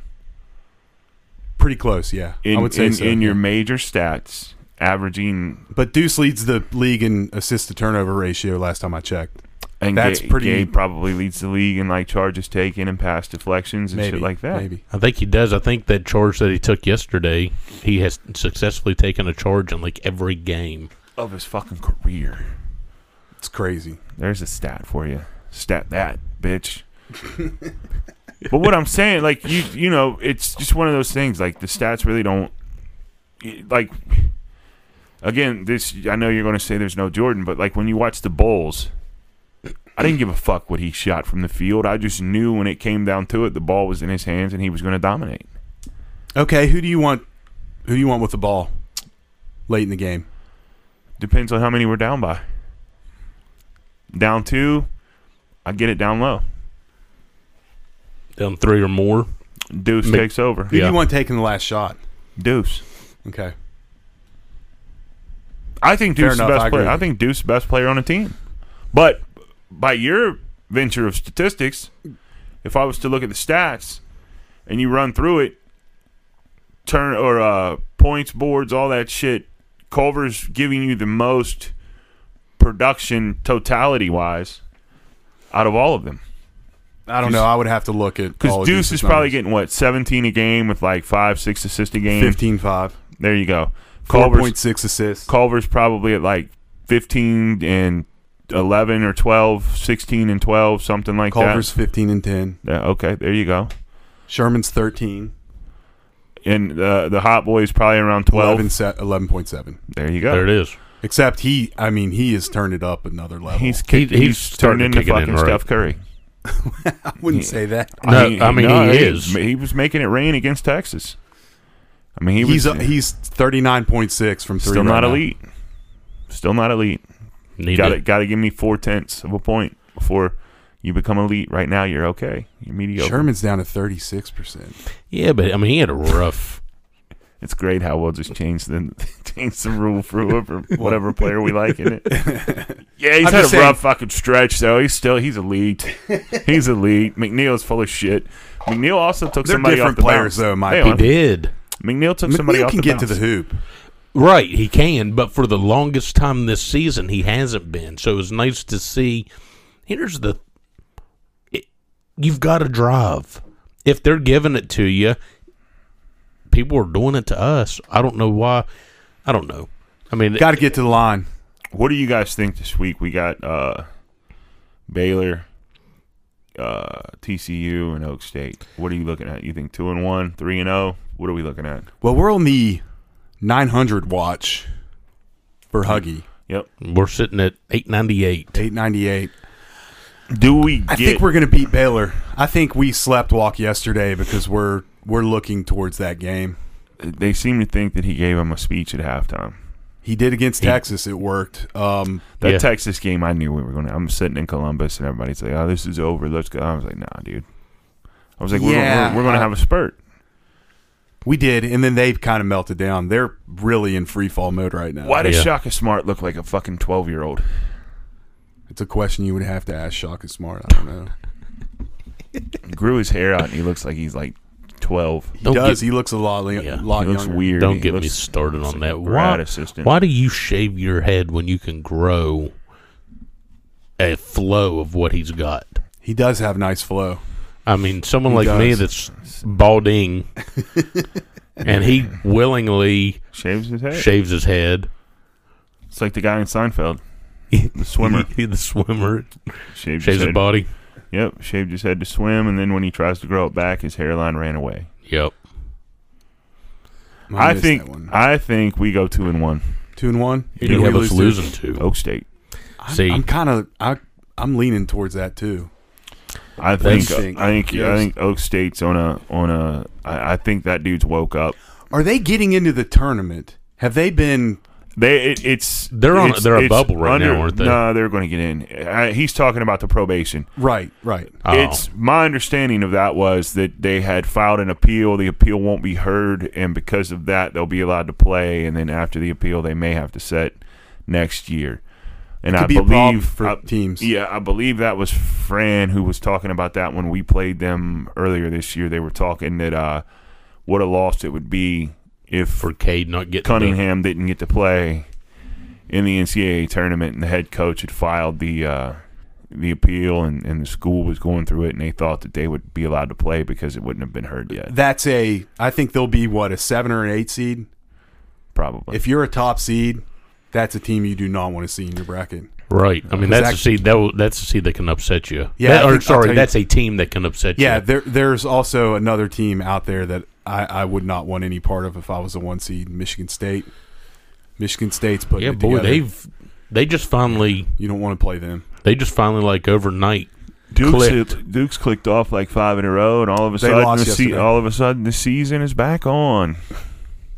A: pretty close. Yeah,
C: In,
A: I would say
C: in,
A: so.
C: in your major stats, averaging
A: but Deuce leads the league in assist to turnover ratio. Last time I checked,
C: and
A: That's
C: Ga-
A: pretty-
C: Gabe probably leads the league in like charges taken and pass deflections and
A: maybe
C: shit like that.
A: Maybe
B: I think he does. I think that charge that he took yesterday, he has successfully taken a charge in like every game.
C: Of his fucking career.
A: it's crazy.
C: There's a stat for you. Stat that, bitch. but what I'm saying, like you, you know, it's just one of those things. Like the stats really don't, y- like. Again, this I know you're going to say there's no Jordan, but like when you watch the Bulls, I didn't give a fuck what he shot from the field. I just knew when it came down to it, the ball was in his hands and he was going to dominate.
A: Okay, who do you want? Who do you want with the ball late in the game?
C: Depends on how many we're down by. Down two, I get it down low.
B: Down three or more.
C: Deuce
B: Mc-
C: takes over.
A: Who do
B: Yeah.
A: you want taking the last shot?
C: Deuce.
A: Okay,
C: I think
A: Fair
C: Deuce is the
A: enough,
C: best
A: I agree
C: player.
A: with
C: I
A: you.
C: think Deuce is the best player on the team. But by your venture of statistics, if I was to look at the stats and you run through it, turn or uh, points, boards, all that shit, Culver's giving you the most production totality wise out of all of them.
A: I don't
C: Deuce-
A: know. I would have to look at all
C: Because
A: of
C: Deuce
A: Deuce's
C: is probably
A: numbers.
C: getting what seventeen a game with like five, six assists a game.
A: 15 5,
C: There you go. Culver's
A: 4.6 assists.
C: Culver's probably at like 15 and 11 or 12, 16 and 12, something like
A: Culver's 15 and 10.
C: that. Yeah, okay, there you go.
A: Sherman's 13.
C: And uh, the hot boy is probably around 12.
A: 11, se- 11.7.
C: There you go.
B: There it is.
A: Except he, I mean, he has turned it up another level.
C: He's,
B: He-
C: kick, he's,
B: he's starting
C: turned
B: to
C: into
B: kick it in,
C: fucking
B: right?
C: Steph Curry.
A: I wouldn't say that.
B: No, I mean, he is.
C: He was making it rain against Texas. I mean, he was
A: He's uh, he's 39.6 from three.
C: still
A: right
C: not
A: now.
C: elite. Still not elite.
B: Need
C: Got
B: it.
C: to got to give me four tenths of a point before you become elite. Right now, you're okay. You're mediocre.
A: Sherman's down to 36%.
B: Yeah, but I mean, he had a rough.
C: It's great how we'll just change the change the rule for whoever, whatever player we like in it. Yeah, he's
A: I'm
C: had a
A: just saying-
C: rough fucking stretch though. He's still he's elite. He's elite. McNeil's full of shit. McNeil also took
A: They're
C: somebody
A: different
C: off the
A: players,
C: bounce.
A: though, Mike.
C: Hang
A: He
C: on.
B: did.
C: McNeil took somebody
A: McNeil
C: off
A: can
C: the
A: get
C: bounce.
A: to the hoop.
B: Right, he can, but for the longest time this season, he hasn't been. So it was nice to see. Here's the it, you've got to drive. If they're giving it to you, people are doing it to us. I don't know why. I don't know. I mean,
A: Got to get to the line.
C: What do you guys think this week? We got uh, Baylor, uh, TCU, and Oak State. What are you looking at? You think two and one, three and zero? What are we looking at?
A: Well, we're on the 900 watch for Huggy,
C: Yep.
B: we're sitting at 898.
A: 898.
C: Do we? Get,
A: I think we're going to beat Baylor. I think we slept walk yesterday because we're we're looking towards that game.
C: They seem to think that he gave him a speech at halftime.
A: He did against Texas. It worked. Um,
C: That
B: Yeah.
C: Texas game, I knew we were going to. I'm sitting in Columbus, and everybody's like, "Oh, this is over. Let's go." I was like, "Nah, dude." I was like, "We're
A: Yeah,
C: gonna, we're, we're going to
A: I-
C: have a spurt."
A: we did, and then they kind of melted down. They're really in free fall mode right now.
C: Why does
B: Yeah.
C: Shaka Smart look like a fucking twelve year old?
A: It's a question you would have to ask Shock and Smart. I don't know.
C: Grew his hair out, and he looks like he's like twelve.
A: He
B: Don't
A: does.
B: get-
A: he looks a lot, li-
B: Yeah,
A: lot
C: He looks
A: younger.
C: weird.
B: Don't
C: He
B: get me
C: looks-
B: started on that.
C: a grad
B: Why,
C: assistant.
B: why do you shave your head when you can grow a flow of what he's got?
A: He does have nice flow.
B: I mean, someone
A: He
B: like me
A: does.
B: that's balding, and he willingly
C: shaves his head.
B: shaves his head.
C: It's like the guy in Seinfeld, the swimmer
B: the swimmer
C: shaves,
B: shaves
C: his
B: his
C: head.
B: body.
C: Yep, shaved his head to swim, and then when he tries to grow it back, his hairline ran away.
B: Yep.
C: I,
A: missed
C: think
A: that one.
C: I think we go two and one.
A: two and one.
B: You do
A: Who
B: have
A: we
B: us
A: lose to?
B: losing two.
C: Oak State.
A: I'm-
B: See.
A: I'm kind of I I'm leaning towards that too.
C: I think I
A: Think.
C: think I
A: Yes.
C: think Oak State's on a on a. I, I think that dude's woke up.
A: Are they getting into the tournament? Have they been?
C: They it, it's
B: They're on-
C: it's-
B: they're a
C: it's
B: bubble right now, aren't they?
C: No, they're going to get in. I, he's talking about the probation.
A: Right, right.
B: Oh.
C: It's my understanding of that was that they had filed an appeal. The appeal won't be heard, and because of that, they'll be allowed to play. And then after the appeal, they may have to set next year. And
A: Could
C: I
A: be a problem
C: believe
A: for
C: I-
A: teams.
C: Yeah, I believe that was Fran who was talking about that when we played them earlier this year. They were talking that uh, what a loss it would be if
B: for Cade not getting
C: Cunningham didn't get to play in the NCAA tournament, and the head coach had filed the uh, the appeal, and, and the school was going through it, and they thought that they would be allowed to play because it wouldn't have been heard yet,
A: That's a. I think they'll be what a seven or an eight seed.
C: probably.
A: If you're a top seed, that's a team you do not want to see in your bracket.
B: The, right. I mean, that's a
A: Exact-
B: seed that will, that's a seed that can upset you.
A: Yeah, I
B: That- or
A: think- I'll
B: sorry,
A: tell you-
B: that's a team that can upset
A: Yeah,
B: you.
A: there, there's also another team out there that I, I would not want any part of if I was a one seed. Michigan State. Michigan State's putting
B: Yeah,
A: it
B: boy,
A: together.
B: they've they just finally
A: you don't want to play them.
B: they just finally like overnight.
C: Duke's
B: clicked.
C: had- Duke's clicked off like five in a row, and all of a
A: They
C: sudden,
A: lost
C: the se-
A: yesterday.
C: all of a sudden, the season is back on.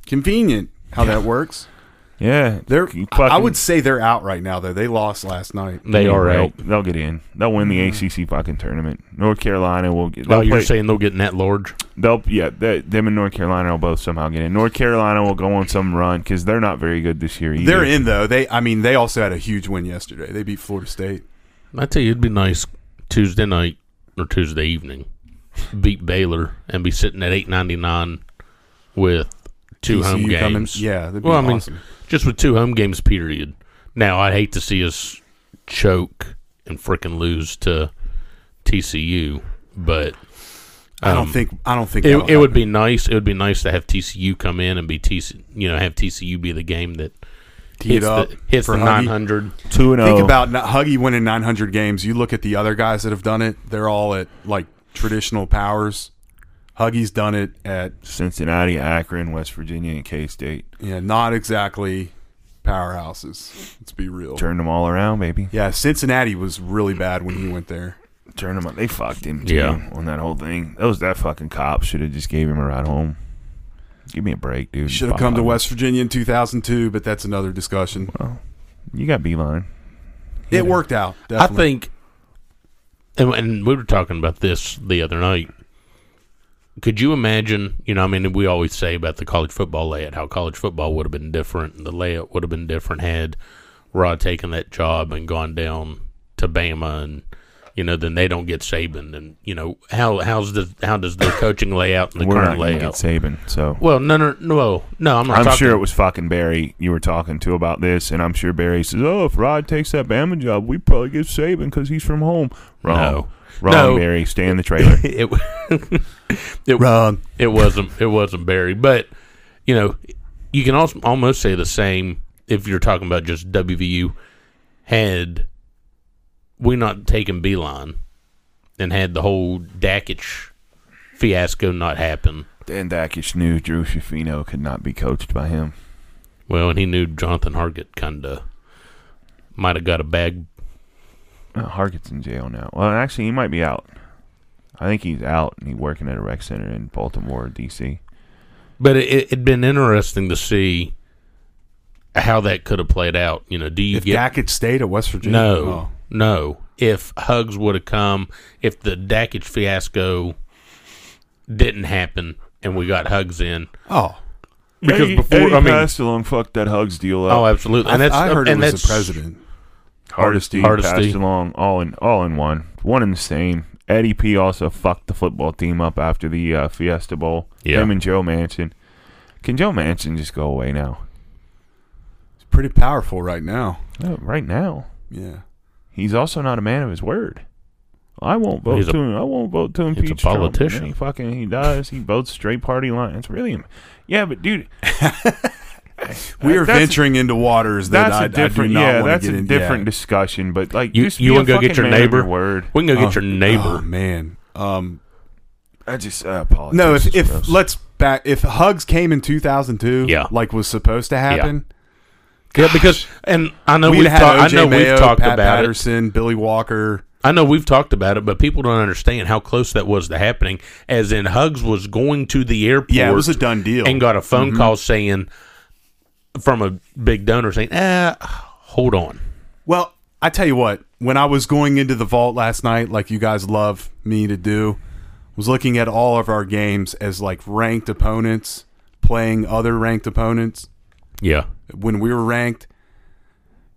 A: Convenient how that works.
C: Yeah,
A: They're.
C: You
A: I- I
C: fucking-
A: would say they're out right now. Though they lost last night.
B: They are
C: They'll-
B: out.
C: They'll get in. They'll win the
A: Mm-hmm.
C: ACC fucking tournament. North Carolina will get.
B: Oh,
C: they'll
B: you're
C: play-
B: saying they'll get net large?
C: They'll yeah, they, them and North Carolina will both somehow get in. North Carolina will go on some run because they're not very good this year either.
A: They're in though. They. I mean, they also had a huge win yesterday. They beat Florida State.
B: I tell you, it'd be nice Tuesday night or Tuesday evening, beat Baylor and be sitting at eight ninety nine with two
A: TCU
B: home
A: coming-
B: games.
A: yeah, that'd be
B: well, I mean,
A: awesome.
B: just with two home games, period. Now, I'd hate to see us choke and frickin' lose to TCU, but
A: I don't
B: Um,
A: think. I don't think
B: it,
A: that'll
B: it would
A: happen.
B: be nice. It would be nice to have TCU come in and be TC, you know, have TCU be the game that
A: Tee it
B: hits
A: up
B: the, hits
A: for
B: the
A: Huggy.
B: nine hundred.
C: two and
A: Think
C: oh.
A: about n- Huggy winning 900 games. You look at the other guys that have done it; they're all at like traditional powers. Huggy's done it at
C: Cincinnati, Akron, West Virginia, and K State.
A: yeah, not exactly powerhouses. Let's be real.
C: Turn them all around, baby.
A: Yeah, Cincinnati was really bad when he went there.
C: Turn them. They fucked him too
B: Yeah.
C: on that whole thing. Those that fucking cop should have just gave him a ride home. Give me a break, dude.
A: Should have
C: Fuck.
A: come to West Virginia in 2002, but that's another discussion.
C: You got Beeline.
A: It worked out.
B: I
A: Definitely.
B: think, and, and we were talking about this the other night. Could you imagine? You know, I mean, we always say about the college football layout how college football would have been different, and the layout would have been different had Rod taken that job and gone down to Bama, and you know, then they don't get Saban, and you know, how how's the how does the coaching layout and the
C: We're not
B: current
C: going to get
B: layout?
C: Saban. So
B: Well, no, no, no, no. I'm not.
C: I'm
B: talking,
C: sure it was fucking Barry you were talking to about this, and I'm sure Barry says, "Oh, if Rod takes that Bama job, we probably get Saban because he's from home." Wrong,
B: No.
C: wrong,
B: No.
C: Barry. Stay in the trailer.
B: it. it
A: Run.
B: It wasn't. It wasn't Barry, but you know, you can also almost say the same if you're talking about just WVU. Had we not taken Beeline and had the whole Dakich fiasco not happen,
C: Dan Dakich knew Drew Shafino could not be coached by him.
B: well, and he knew Jonathan Hargett kind of might have got a bag.
C: Uh, Hargett's in jail now. Well, actually, he might be out. I think he's out, and he's working at a rec center in Baltimore, D.C.
B: But it, it, it'd been interesting to see how that could have played out. You know, do you
A: if
B: get
A: Dackett stayed at West Virginia,
B: No,
A: oh.
B: no. If Hugs would have come, if the Dakich fiasco didn't happen, and we got Hugs in,
A: Oh.
B: because before I mean,
C: along fucked that Hugs deal
B: oh, absolutely, and
A: I,
B: that's
A: I heard
B: and
A: it was
B: that's,
A: the president.
C: Hardesty,
B: Hardesty.
C: passed along all in all in one, one in the same. Eddie P also fucked the football team up after the uh, Fiesta Bowl.
B: Yeah.
C: Him and Joe Manchin. Can Joe Manchin just go away now?
A: It's pretty powerful right now.
C: No, right now,
A: Yeah.
C: he's also not a man of his word. I won't vote
B: He's a-
C: to him. I won't vote to impeach Trump. And
B: politician.
C: then he fucking he does. He votes straight party line. It's really, yeah, but dude,
A: We are
C: That's-
A: venturing into waters that
C: That's
A: I,
C: a different,
A: I do not
C: yeah,
A: want
C: that's
A: to get
C: a
A: in-
C: different
A: yeah.
C: discussion. But like,
B: You
C: just
B: you
C: be a
B: want to go get
C: fucking
B: your
C: man of
B: neighbor?
C: your Word.
B: We can go get
A: Oh,
B: your neighbor.
A: oh, man. Um,
C: I just I apologize.
A: no, if,
C: for
A: if
C: this.
A: let's back if hugs came in 2002,
B: Yeah.
A: like was supposed to happen.
B: Yeah, because and I know
A: we'd
B: we've
A: had
B: talked. I
A: O.J.
B: know
A: Mayo,
B: we've talked
A: Pat
B: about it.
A: Patterson, Billy Walker.
B: I know we've talked about it, but people don't understand how close that was to happening. As in, Hugs was going to the airport.
A: Yeah, it was a done deal. Mm-hmm.
B: and got a phone call saying from a big donor saying, "Ah, hold on."
A: Well, I tell you what, when I was going into the vault last night, like you guys love me to do, was looking at all of our games as like ranked opponents playing other ranked opponents
B: Yeah,
A: when we were ranked.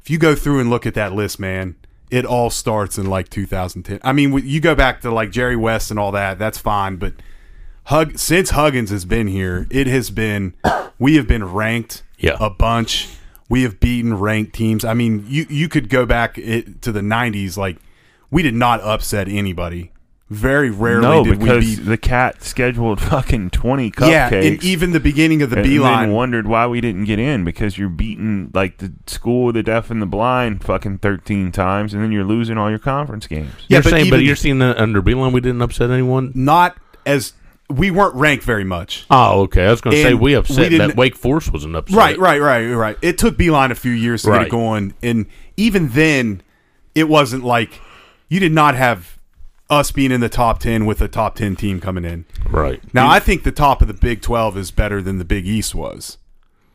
A: If you go through and look at that list, man, it all starts in like 2010. I mean, you go back to like Jerry West and all that, that's fine, but Hug since Huggins has been here, it has been we have been ranked
B: Yeah.
A: a bunch. We have beaten ranked teams. I mean, you you could go back it, to the 90s like we did not upset anybody. Very rarely
C: no,
A: did we
C: because
A: beat
C: the cat scheduled fucking twenty cupcakes.
A: Yeah, and even the beginning of the
C: and
A: beeline
C: then wondered why we didn't get in because you're beating like the school, the deaf, and the blind fucking thirteen times, and then you're losing all your conference games.
A: Yeah,
B: you're
A: but
B: saying, but
A: even-
B: you're seeing that under Beeline, we didn't upset anyone.
A: not as we weren't ranked very much.
B: Oh, okay. I was going to say
A: And
B: we
A: we
B: upset
A: didn't-
B: that Wake Force was an upset.
A: Right, right, right, right. It took Beeline a few years to get
B: Right.
A: it going, and even then, it wasn't like you did not have us being in the top ten with a top ten team coming in.
B: right.
A: Now, I think the top of the Big Twelve is better than the Big East was.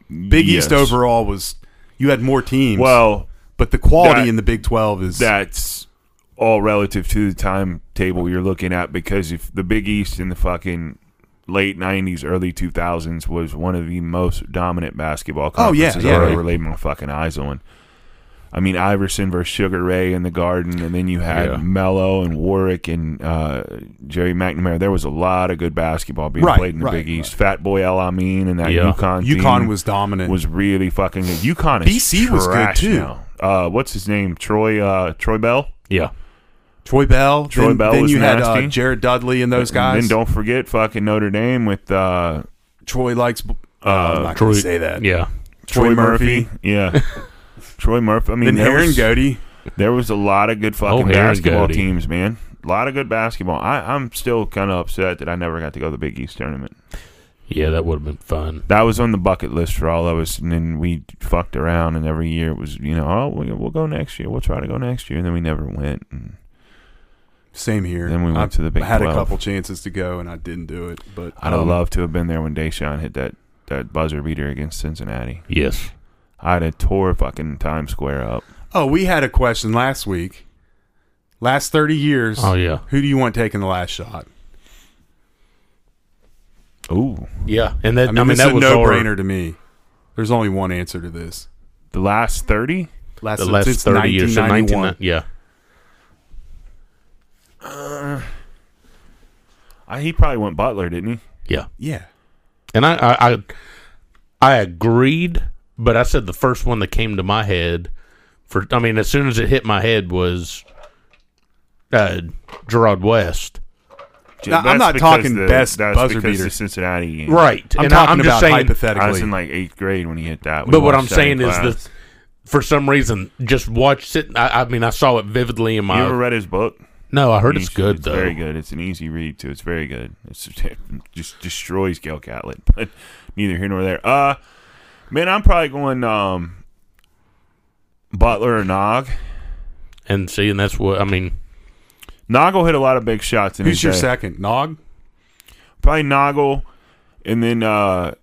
A: Big East
C: Yes.
A: overall was you had more teams.
C: Well,
A: but the quality
C: that-
A: in the Big Twelve is
C: that's all relative to the timetable you're looking at because if the Big East in the fucking late 90s early 2000s was one of the most dominant basketball
A: Oh, yeah,
C: conferences
A: yeah.
C: I ever laid my fucking eyes on I mean Iverson versus Sugar Ray in the Garden and then you had
B: Yeah.
C: Mello and Warwick and uh, Jerry McNamara there was a lot of good basketball being
A: Right,
C: played in the
A: right,
C: Big East Fat Boy El Amin and that
B: Yeah.
C: UConn team
A: UConn was dominant.
C: was really fucking good. UConn is
A: BC was good,
C: trash
A: too.
C: now. Uh, what's his name? Troy uh, Troy Bell.
B: Yeah.
A: Troy Bell.
C: Troy
A: then,
C: Bell
A: Then
C: was
A: you had
C: nasty.
A: uh, Jared Dudley and those
C: And
A: guys.
C: then don't forget fucking Notre Dame with uh,
A: Troy likes. Uh, I'm not
B: Troy-
A: gonna say that.
B: Yeah.
A: Troy, Murphy.
C: Yeah. Troy Murphy. I mean,
A: Then
C: there
A: Aaron Oh,
C: was,
A: Goody.
C: there was a lot of good fucking
B: Aaron
C: basketball
B: Goody.
C: teams, man. A lot of good basketball. I, I'm still kind of upset that I never got to go to the Big East tournament.
B: Yeah, that would have been fun.
C: That was on the bucket list for all of us, and then we fucked around, and every year it was, you know, oh, we- we'll go next year. We'll try to go next year, and then we never went. And
A: Same here.
C: Then we went
A: I
C: to the Big
A: had a
C: 12.
A: couple chances to go, and I didn't do it. But um,
C: I'd
B: Um,
C: have loved to have been there when Deshaun hit that, that buzzer beater against Cincinnati.
B: Yes.
C: I'd have tore fucking Times Square up.
A: Oh, we had a question last week. Last thirty years.
B: Oh, yeah.
A: Who do you want taking the last shot?
C: Ooh.
B: Yeah. And that I mean,
A: this
B: that
A: is a
B: was
A: no-brainer
B: our,
A: to me. There's only one answer to this.
C: The last 30?
A: Last,
B: the last
A: since
B: thirty years. So
A: 1991.
B: 19, yeah.
C: I, he probably went Butler, didn't he?
B: Yeah.
A: Yeah.
B: And I, I, I, I agreed, but I said the first one that came to my head for, I mean, as soon as it hit my head was uh, Gerard West.
A: Now, I'm
C: That's
A: not
C: because
A: talking best
C: that's
A: buzzer
C: because
A: beater.
C: the Cincinnati game.
B: Right.
A: I'm
B: and I,
A: talking
B: am just
A: about
B: saying,
A: hypothetically.
C: I was in like eighth grade when he hit that. We
B: But what
C: watched
B: I'm
C: that in
B: saying is
C: class.
B: the, for some reason, just watch it. I, I mean, I saw it vividly in
C: You
B: my.
C: ever read his book?
B: no, I heard it's
C: He's-
B: uh, good
C: it's
B: though.
C: Very good. It's an easy read too. It's very good. It's just destroys Gail Catlett, but neither here nor there. Uh, man, I'm probably going um, Butler or Nog.
B: And see, and that's what I mean.
C: Noggle hit a lot of big shots in
A: Who's
C: his
A: your
C: day.
A: second? Nog.
C: probably Noggle, and then uh,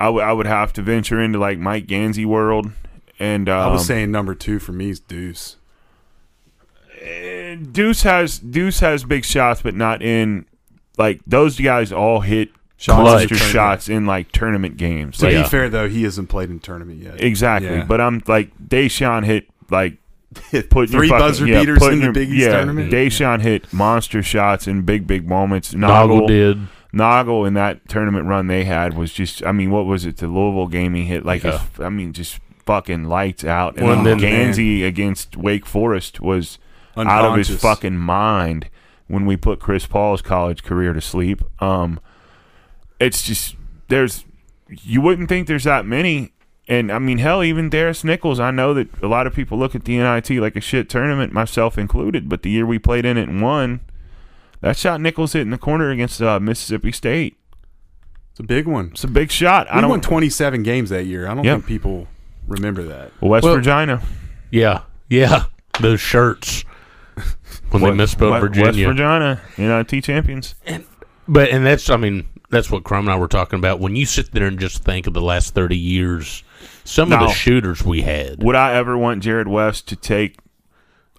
C: I would I would have to venture into like Mike Gansey world, and um,
A: I was saying number two for me is Deuce.
C: Deuce has Deuce has big shots, but not in like those guys all hit
A: Shots in
C: cluster
A: the tournament.
C: shots in like tournament games.
A: To
C: Like,
B: Yeah.
A: be fair, though, he hasn't played in tournament yet.
C: Exactly,
A: Yeah.
C: but I'm like Deshaun hit like. Put
A: Three buzzer beaters in the Big East tournament?
C: Deshaun hit monster shots in big, big moments.
B: Noggle
C: Noggle
B: did.
C: Noggle in that tournament run they had was just, I mean, what was it? The Louisville game he hit, like,
B: Yeah.
C: his- I mean, just fucking lights out. And
B: Well, and
C: then
A: then-
C: Gansey against Wake Forest was out of his
A: Unconscious.
C: fucking mind when we put Chris Paul's college career to sleep. Um, it's just, there's, you wouldn't think there's that many And I mean, hell, even Darius Nichols. I know that a lot of people look at the NIT like a shit tournament, myself included. But the year we played in it and won, that shot Nichols hit in the corner against uh, Mississippi State.
A: It's a big one.
C: It's a big shot.
A: We
C: I don't.
A: won 27 games that year. I don't
C: Yeah.
A: think people remember that.
C: West
B: Well-
C: Virginia.
B: Yeah, yeah. Those shirts when they misspelled
C: West,
B: Virginia.
C: West Virginia. NIT champions.
B: But and that's I mean that's what Crum and I were talking about. When you sit there and just think of the last thirty years, some of
C: No.
B: the shooters we had.
C: Would I ever want Jared West to take?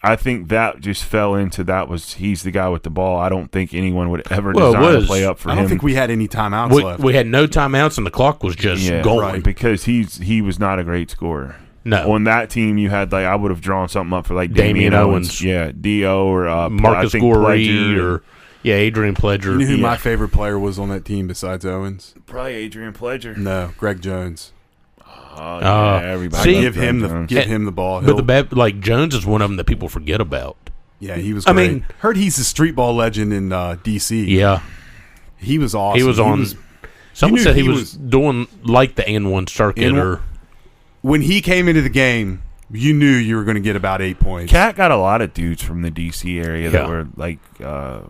C: I think that just fell into that was he's the guy with the ball. I don't think anyone would ever
B: Well, it
C: design
B: was-
C: a play up for
A: I
C: him.
A: don't think we had any timeouts
B: We,
A: left.
B: we had no timeouts and the clock was just
C: yeah,
B: going.
C: right, because he's he was not a great scorer.
B: No.
C: on that team you had like I would have drawn something up for like
B: Damian
C: Damian,
B: Owens.
C: Owens. yeah, Do or uh, I
B: Marcus
C: think
B: Goree
C: Pledger.
B: or yeah, Adrian
A: you
B: Pledger.
A: knew who
C: yeah.
A: my favorite player was on that team besides Owens?
C: probably Adrian Pledger.
A: No, Greg Jones.
C: Oh,
B: Uh,
C: yeah, everybody
B: see-
A: Give
C: loved
A: him the
C: Jones.
A: give him the ball.
B: but the
A: He'll-
B: bad, like Jones is one of them that people forget about.
A: yeah, he was.
B: I
A: Great. I
B: mean-
A: mean, heard he's a street ball legend in uh, DC.
B: Yeah,
A: he was awesome.
B: he was on. someone
A: knew
B: said he,
A: he
B: was,
A: was-
B: doing like the N one circuit
A: N1
B: or
A: when he came into the game. You knew you were going to get about eight points.
C: Cat got a lot of dudes from the DC area
B: Yeah.
C: that were like. Uh,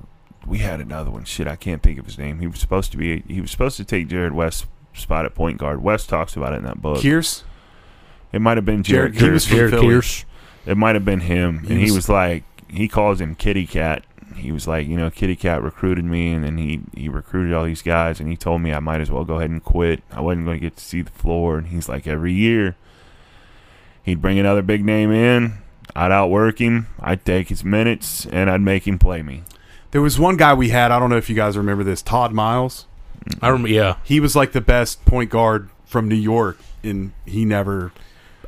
C: we had another one. Shit, I can't think of his name. He was supposed to be. He was supposed to take Jared West's spot at point guard. West talks about it in that book.
A: Kearse,
C: it might have been Jared.
A: Jared- he was from
B: Jared
A: Philly.
B: Pierce.
C: It might have been him.
A: He
C: and he
A: was-
C: was like, he calls him Kitty Cat. He was like, you know, Kitty Cat recruited me, and then he, he recruited all these guys, and he told me I might as well go ahead and quit. I wasn't going to get to see the floor. And he's like, every year, he'd bring another big name in. I'd outwork him. I'd take his minutes, and I'd make him play me.
A: there was one guy we had. I don't know if you guys remember this. Todd Miles.
B: I remember. Yeah,
A: He was like the best point guard from New York, and he never.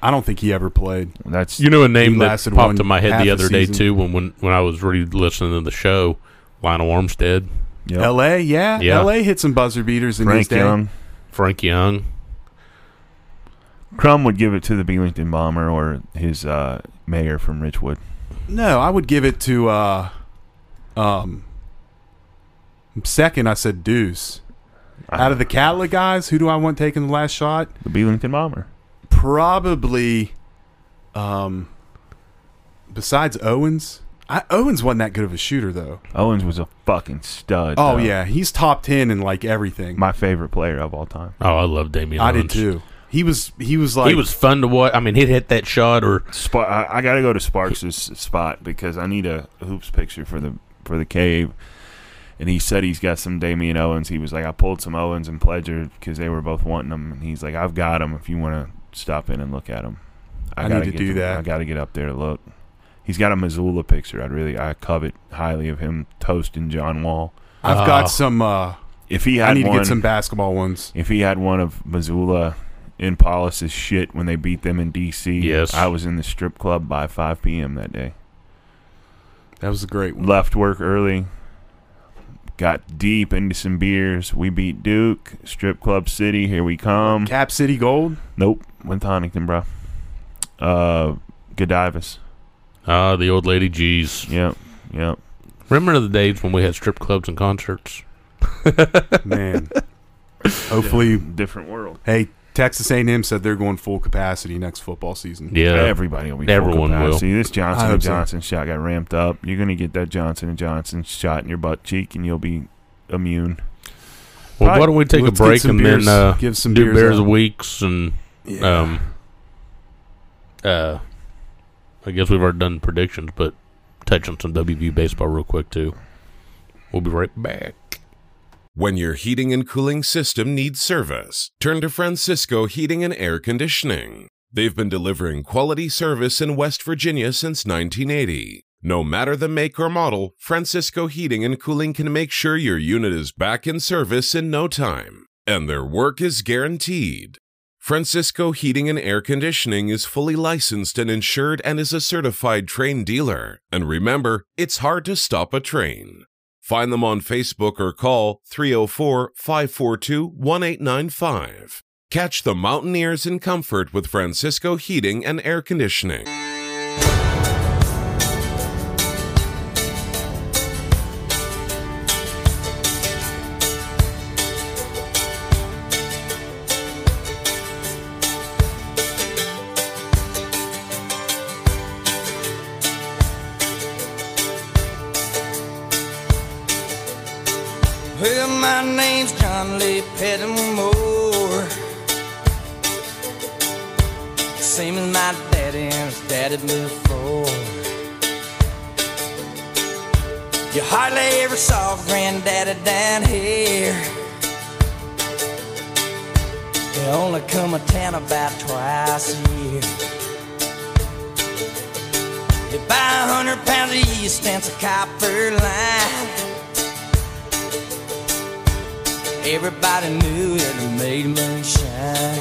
A: I don't think he ever played.
C: That's
B: You know a name that
A: lasted
B: popped
A: one
B: in my
A: half
B: head the
A: a
B: other day
A: season.
B: too when, when when I was really listening to the show, Lionel Armstead,
C: Yep.
A: L.A. Yeah,
B: Yeah.
A: L.A. hit some buzzer beaters in his
C: Frank
A: day.
C: Young.
B: Frank Young.
C: Crum would give it to the Beelington Bomber or his uh, mayor from Richwood.
A: No, I would give it to. uh Um. Second, I said Deuce. Out of the Catla guys, who do I want taking the last shot?
C: The Beelington Bomber.
A: Probably. Um. Besides Owens, I, Owens wasn't that good of a shooter though.
C: Owens was a fucking stud.
A: Oh
C: though.
A: yeah, he's top ten in like everything.
C: my favorite player of all time.
B: Oh, I love Damian.
A: I did
B: Owens.
A: too. He was he was like
B: he was fun to watch. I mean, he'd hit that shot or
C: Spark, I, I got to go to Sparks' spot because I need a hoops picture for the for the cave. And he said he's got some Damian Owens. He was like, I pulled some Owens and Pledger because they were both wanting them. And he's like, I've got them. If you want to stop in and look at them,
A: I need to do that.
C: I got to get up there to look. He's got a Missoula picture. I'd really, I covet highly of him toasting John Wall.
A: I've
B: Ah.
A: got some. uh
C: If he had
A: I need
C: one,
A: to get some basketball ones.
C: If he had one of Missoula and Paulus' shit when they beat them in D.C.,
B: Yes.
C: I was in the strip club by 5 p.m. that day.
A: That was a great one.
C: Left work early, got deep into some beers. We beat Duke, strip club city, here we come.
A: Cap City Gold.
C: Nope, went to Huntington, bro. Uh, Godivas.
B: ah, the old lady. Geez,
C: Yep, yep.
B: remember the days when we had strip clubs and concerts?
A: Man, hopefully,
C: Different world.
A: hey, Texas A&M said they're going full capacity next football season.
B: Yeah,
C: Everybody will be full
B: Everyone will.
C: capacity. This
A: I
C: Johnson and
A: hope so.
C: Johnson shot got ramped up. You're gonna get that Johnson and Johnson shot in your butt cheek, and you'll be immune.
B: Well, why
C: Probably-
B: don't we take a
A: let's get
B: break
A: some
B: and
A: beers-
B: then uh,
A: give some
B: do
A: beers
B: bears
A: out.
B: of weeks and
A: Yeah.
B: um uh I guess we've already done predictions, but touch on some WVU baseball real quick too. We'll be right back.
G: When your heating and cooling system needs service, turn to Francisco Heating and Air Conditioning. They've been delivering quality service in West Virginia since 1980. No matter the make or model, Francisco Heating and Cooling can make sure your unit is back in service in no time. And their work is guaranteed. Francisco Heating and Air Conditioning is fully licensed and insured and is a certified train dealer. And remember, it's hard to stop a train. Find them on Facebook or call 304 542 1895. Catch the Mountaineers in comfort with Francisco Heating and Air Conditioning.
H: My name's John Lee Pettimore. Same as my daddy and his daddy before. You hardly ever saw granddaddy down here. He only come a town about twice a year. You buy a hundred pounds of yeast and a copper line. Everybody knew that it made moonshine.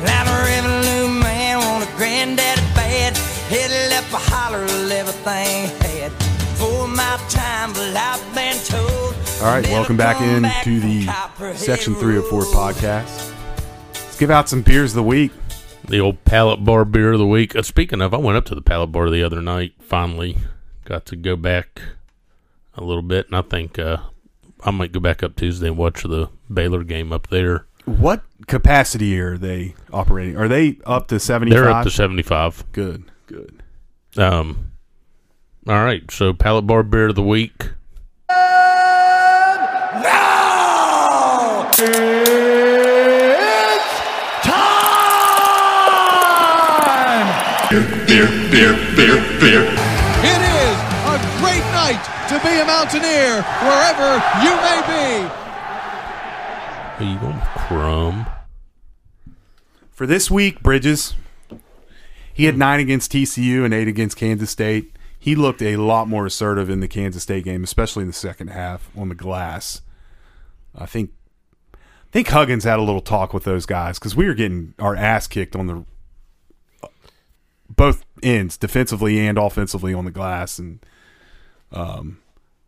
H: And I'm a revenue man, want a granddaddy bad. Headed up a holler, everything had. For my time, but I've been told.
A: All right, welcome back into the Section 304 podcast. Let's give out some beers of the week.
B: The old pallet bar beer of the week. Uh, speaking of, I went up to the pallet bar the other night. Finally, got to go back a little bit, and I think uh, I might go back up Tuesday and watch the Baylor game up there.
A: What capacity are they operating? Are they up to 75?
B: They're up to seventy-five.
A: Good, good.
B: Um. All right, so pallet bar beer of the week.
H: No!
I: It is a great night to be a Mountaineer wherever you may be.
B: Are you going with crumb?
A: For this week, Bridges, he had nine against TCU and eight against Kansas State. He looked a lot more assertive in the Kansas State game, especially in the second half on the glass. I think, I think Huggins had a little talk with those guys because we were getting our ass kicked on the both ends, defensively and offensively, on the glass, and um,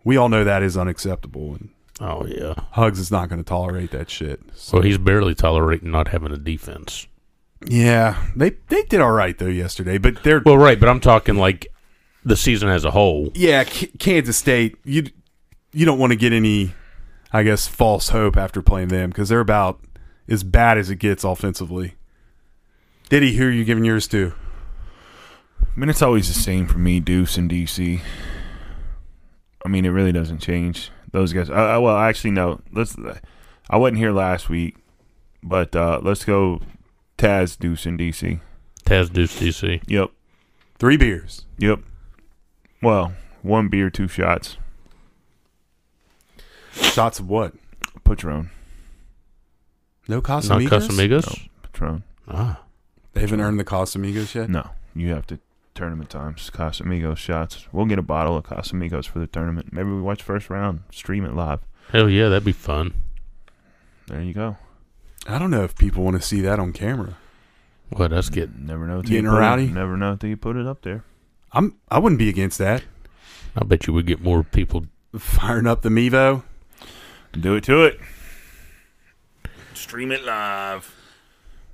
A: we all know that is unacceptable. And
B: Oh yeah.
A: Hugs is not going to tolerate that shit.
B: So he's barely tolerating not having a defense.
A: Yeah, they they did all right though yesterday, but they're
B: Well, right, but I'm talking like the season as a whole.
A: yeah, K- Kansas State. You you don't want to get any, I guess, false hope after playing them because they're about as bad as it gets offensively. Diddy, who are you giving yours to?
C: I mean, it's always the same for me, Deuce and DC. I mean, it really doesn't change. Those guys. Uh, uh, well, actually, no. Let's. I wasn't here last week, but uh, let's go Taz, Deuce, and DC.
B: Taz Deuce DC.
C: Yep.
A: Three beers.
C: Yep. Well, one beer, two shots.
A: Shots of what?
C: Patron.
A: No
B: Not
A: Casamigos.
B: Casamigos?
C: Patron.
B: Ah.
A: They haven't earned the Casamigos yet.
C: No, you have to tournament times. Casamigos shots. We'll get a bottle of Casamigos for the tournament. Maybe we watch first round. Stream it live.
B: Hell yeah, that'd be fun.
C: There you go.
A: I don't know if people want to see that on camera.
B: Well, that's get
C: Never know. till
A: Getting
C: you put it-
A: rowdy?
C: Never know till you put it up there.
A: I'm I wouldn't be against that.
B: I bet you would get more people
A: Firing up the Mevo.
C: Do it to it. Stream it live.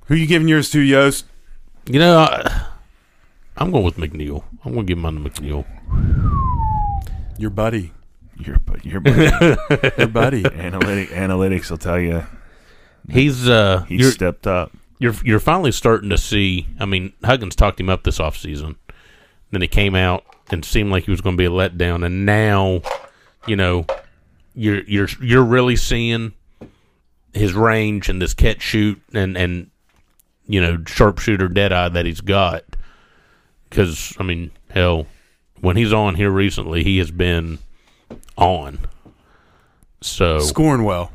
A: Who you giving yours to, Yost?
B: You know, I, I'm going with McNeil. I'm going to give mine to McNeil.
A: Your buddy.
C: Your bu- your buddy.
A: Your buddy.
C: analytic analytics will tell you
B: He's uh,
C: he
B: you're,
C: stepped up.
B: you're you're finally starting to see. I mean, Huggins talked him up this offseason. Then he came out and seemed like he was going to be a letdown, and now, you know, you're you're you're really seeing his range and this catch shoot and and you know sharpshooter dead eye that he's got. Because I mean, hell, when he's on here recently, he has been on. So
A: Scoring well.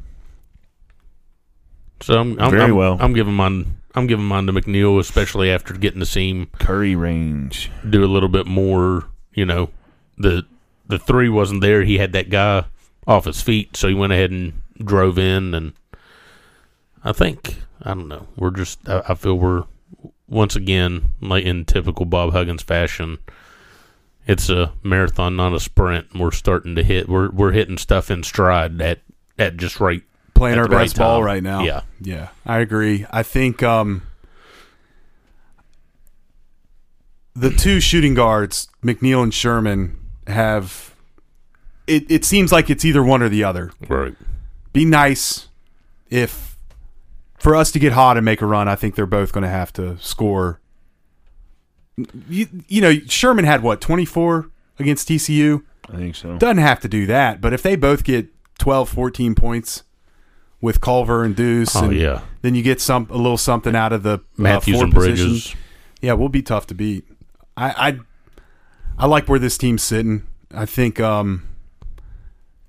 B: So I'm, I'm
C: Very
B: I'm-
C: well.
B: I'm giving mine. I'm giving mine to McNeil, especially after getting to see him
C: Curry range.
B: do a little bit more. You know, the the three wasn't there. He had that guy off his feet, so he went ahead and drove in. And I think I don't know. We're just. I, I feel we're once again like in typical Bob Huggins fashion. It's a marathon, not a sprint. And we're starting to hit. We're we're hitting stuff in stride at at just right.
A: playing
B: at
A: our
B: the right
A: best ball
B: time.
A: right now.
B: Yeah.
A: Yeah. I agree. I think um the two shooting guards, McNeil and Sherman, have it, it seems like it's either one or the other.
B: Right.
A: Be nice if for us to get hot and make a run, I think they're both gonna have to score you, you know, Sherman had what, twenty four against TCU?
C: I think so.
A: Doesn't have to do that, but if they both get 12, 14 points with Culver and Deuce,
B: Oh,
A: and
B: yeah.
A: then you get some a little something out of the uh,
B: Matthews
A: four
B: and Bridges.
A: position. Yeah, we'll be tough to beat. I I, I like where this team's sitting. I think um,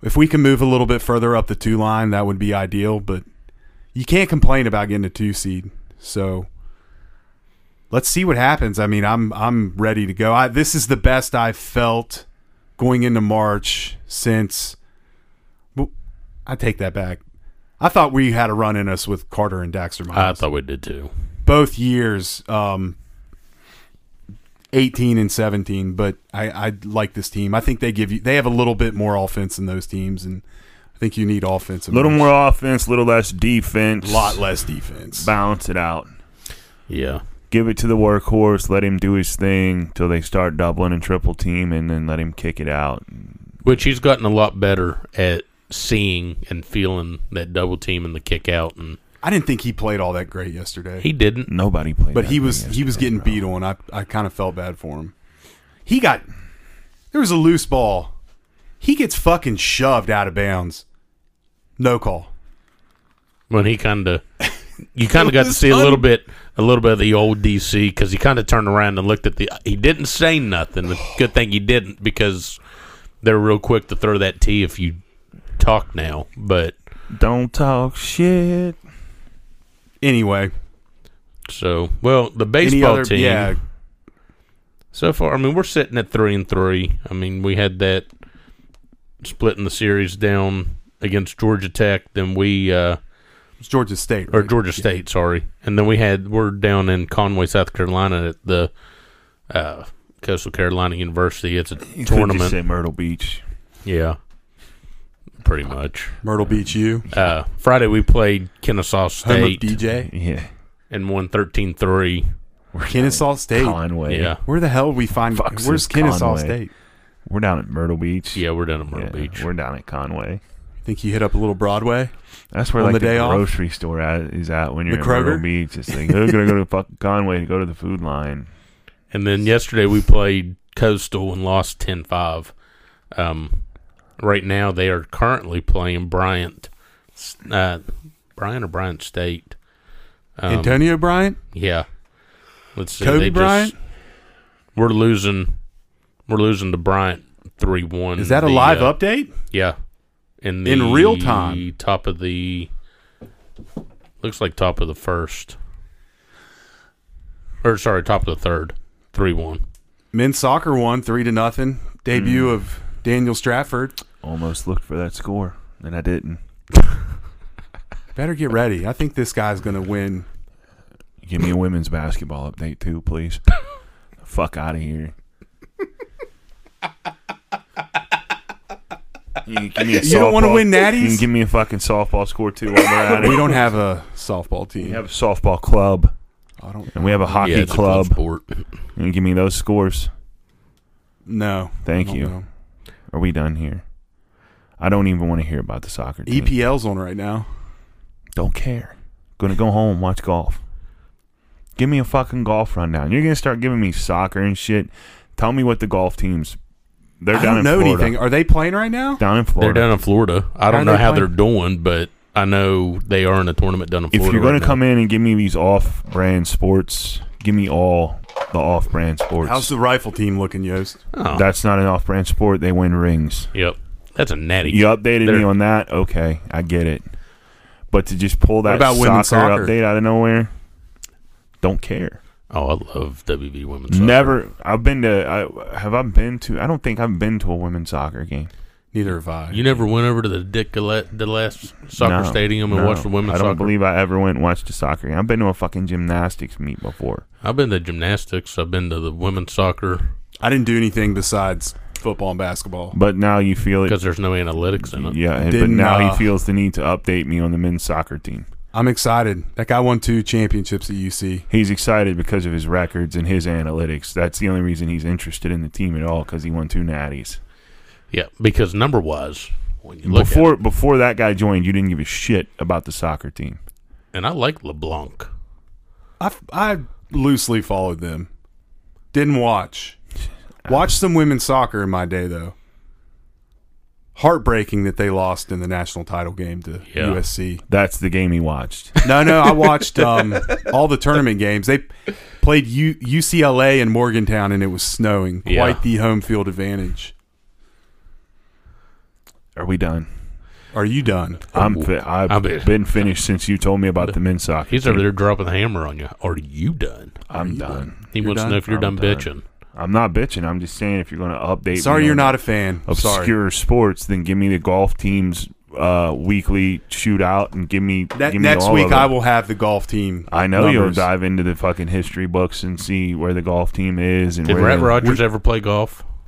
A: if we can move a little bit further up the two line, that would be ideal. But you can't complain about getting a two seed. So let's see what happens. I mean, I'm I'm ready to go. I, this is the best I've felt going into March since. well, I take that back. I thought we had a run in us with Carter and Daxter
B: I
A: Miles.
B: thought we did too.
A: Both years, um, 18 and 17. But I, I like this team. I think they give you they have a little bit more offense than those teams, and I think you need offense.
C: A
A: in
C: little
A: March.
C: more offense, a little less defense.
A: lot less defense.
C: Balance it out.
B: Yeah.
C: Give it to the workhorse. Let him do his thing till they start doubling and triple team, and then let him kick it out.
B: Which he's gotten a lot better at seeing and feeling that double team and the kick out and
A: I didn't think he played all that great yesterday.
B: he didn't.
C: Nobody played.
A: but
C: that
A: he
C: thing
A: was he was
C: yesterday,
A: getting
C: bro.
A: beat on. I I kind of felt bad for him. He got there was a loose ball. He gets fucking shoved out of bounds. No call.
B: when he kind of you kind of got to
A: was
B: see a little
A: un-
B: bit a little bit of the old DC because he kind of turned around and looked at the he didn't say nothing. The good thing he didn't because they're real quick to throw that T if you talk now. But
C: Don't talk shit.
A: Anyway,
B: so well the
A: any
B: baseball
A: other
B: team
A: yeah
B: so far. I mean we're sitting at three and three. I mean we had that splitting the series down against Georgia Tech. Then we uh,
A: it's Georgia State
B: or
A: right?
B: Georgia State, sorry. And then we had we're down in Conway, South Carolina at the uh, Coastal Carolina University. It's a
C: You could just say
B: tournament,
C: Myrtle Beach.
B: yeah, pretty much.
A: Myrtle Beach U
B: Uh, Friday we played Kennesaw
A: home of
B: State
A: DJ
C: Yeah.
B: and won 13-3.
A: Kennesaw State.
C: Conway.
B: Yeah,
A: Where the hell we find
C: Foxes,
A: where's Kennesaw
C: Conway.
A: State?
C: We're down at Myrtle Beach.
B: yeah, we're down at Myrtle
C: Yeah,
B: Beach.
C: We're down at Conway.
A: Think you hit up a little Broadway?
C: That's where
A: On
C: like
A: the
C: the,
A: day off?
C: grocery store at, is at when you're
A: The
C: in Myrtle
A: Kroger?
C: Beach. It's like they're gonna go to fucking Conway to go to the food line.
B: And then yesterday we played Coastal and lost 10-5. Um, right now they are currently playing Bryant, uh, Bryant or Bryant State. Um,
A: Antonio Bryant?
B: Yeah. Let's see.
A: Kobe
B: they just-
A: Bryant?
B: we're losing. We're losing to Bryant three one. uh,
A: Is that a live
C: uh,
A: update?
B: Yeah. In the
A: In real time?
B: top of the looks like top of the first, or sorry, top of the third, three one.
A: Men's soccer won three to nothing.
C: Hmm.
A: Debut of Daniel Stratford.
C: Almost looked for that score, and I didn't.
A: Better get ready. I think this guy's going to win.
C: Give me a women's basketball update too, please. Fuck out of here. You, can give me a
A: You don't wanna
C: softball-
A: win natties?
C: You can give me a fucking softball score too. While we're at it.
A: We don't have a softball
C: We
A: team.
C: have a softball club,
A: I don't.
C: and we have a hockey
B: yeah, it's a club
C: club.
B: sport.
C: You can give me those scores.
A: No.
C: Thank
A: I don't
C: you.
A: know.
C: Are we done here? I don't even want to hear about the soccer team.
A: EPL's E on right now.
C: Don't care. Gonna go home, watch golf. Give me a fucking golf rundown. You're gonna start giving me soccer and shit. Tell me what the golf teams. They're
A: I
C: down
A: don't
C: in
A: know
C: Florida.
A: anything. Are they playing right now?
C: Down in
B: They're
C: Florida.
B: down in Florida. I
A: Are
B: don't know
A: they
B: how
A: playing-
B: they're doing, but I know they are in a tournament down in
C: if
B: Florida.
C: you're gonna
B: right
C: come
B: now.
C: in and give me these off-brand sports, give me all the off-brand sports.
A: How's the rifle team looking, Yost?
B: Oh,
C: That's not an off-brand sport. They win rings.
B: yep, that's a natty.
C: You updated me
B: They're-
C: on that. Okay, I get it. But to just pull that
A: about
C: soccer,
A: women's soccer?
C: update out of nowhere, don't care.
B: Oh, I love WB women's. soccer.
C: Never. I've been to. I, have I been to? I don't think I've been to a women's soccer game.
A: Neither have I.
B: You never went over to the Dick Gillette, the last soccer
C: No,
B: stadium and
C: no.
B: watched the women's
C: I don't
B: soccer.
C: believe I ever went and watched a soccer game. I've been to a fucking gymnastics meet before.
B: I've been to gymnastics. I've been to the women's soccer
A: I didn't do anything besides football and basketball.
C: But now you feel it.
B: because there's no analytics in it.
C: Yeah, and- but
A: Didn't,
C: now
A: uh,
C: he feels the need to update me on the men's soccer team.
A: I'm excited. That guy won two championships at UC.
C: He's excited because of his records and his analytics. That's the only reason he's interested in the team at all because he won two natties.
B: Yeah, because number wise, when you look
C: before
B: at
C: before that guy joined, you didn't give a shit about the soccer team.
B: it- and I like LeBlanc.
A: I, I loosely followed them. Didn't watch. Watch some women's soccer in my day, though. Heartbreaking that they lost in the national title game to
B: Yeah.
A: USC.
C: That's the game he watched.
A: No, no, I watched um, all the tournament games. They played U- UCLA in Morgantown, and it was snowing.
B: Yeah.
A: Quite the home field advantage.
C: Are we done?
A: Are you done?
C: I'm fi- I've
B: I bet.
C: been finished since you told me about the men's soccer.
B: He's
C: team.
B: over there dropping the hammer on you. Are you done?
C: I'm done.
B: He wants
A: done?
B: to know if you're done,
C: I'm done.
B: bitching.
C: I'm not bitching. I'm just saying if you're going to update.
A: Sorry,
C: me
A: you're
C: on
A: not a fan. Sorry.
C: obscure sports, then give me the golf team's uh, weekly shootout and give me
A: That,
C: give me
A: next
C: all
A: week,
C: of it.
A: I will have the golf team.
C: I know you'll
A: numbers.
C: dive into the fucking history books and see where the golf team is and
B: Did
C: where
B: Brett
C: they're
B: Rogers ever play golf?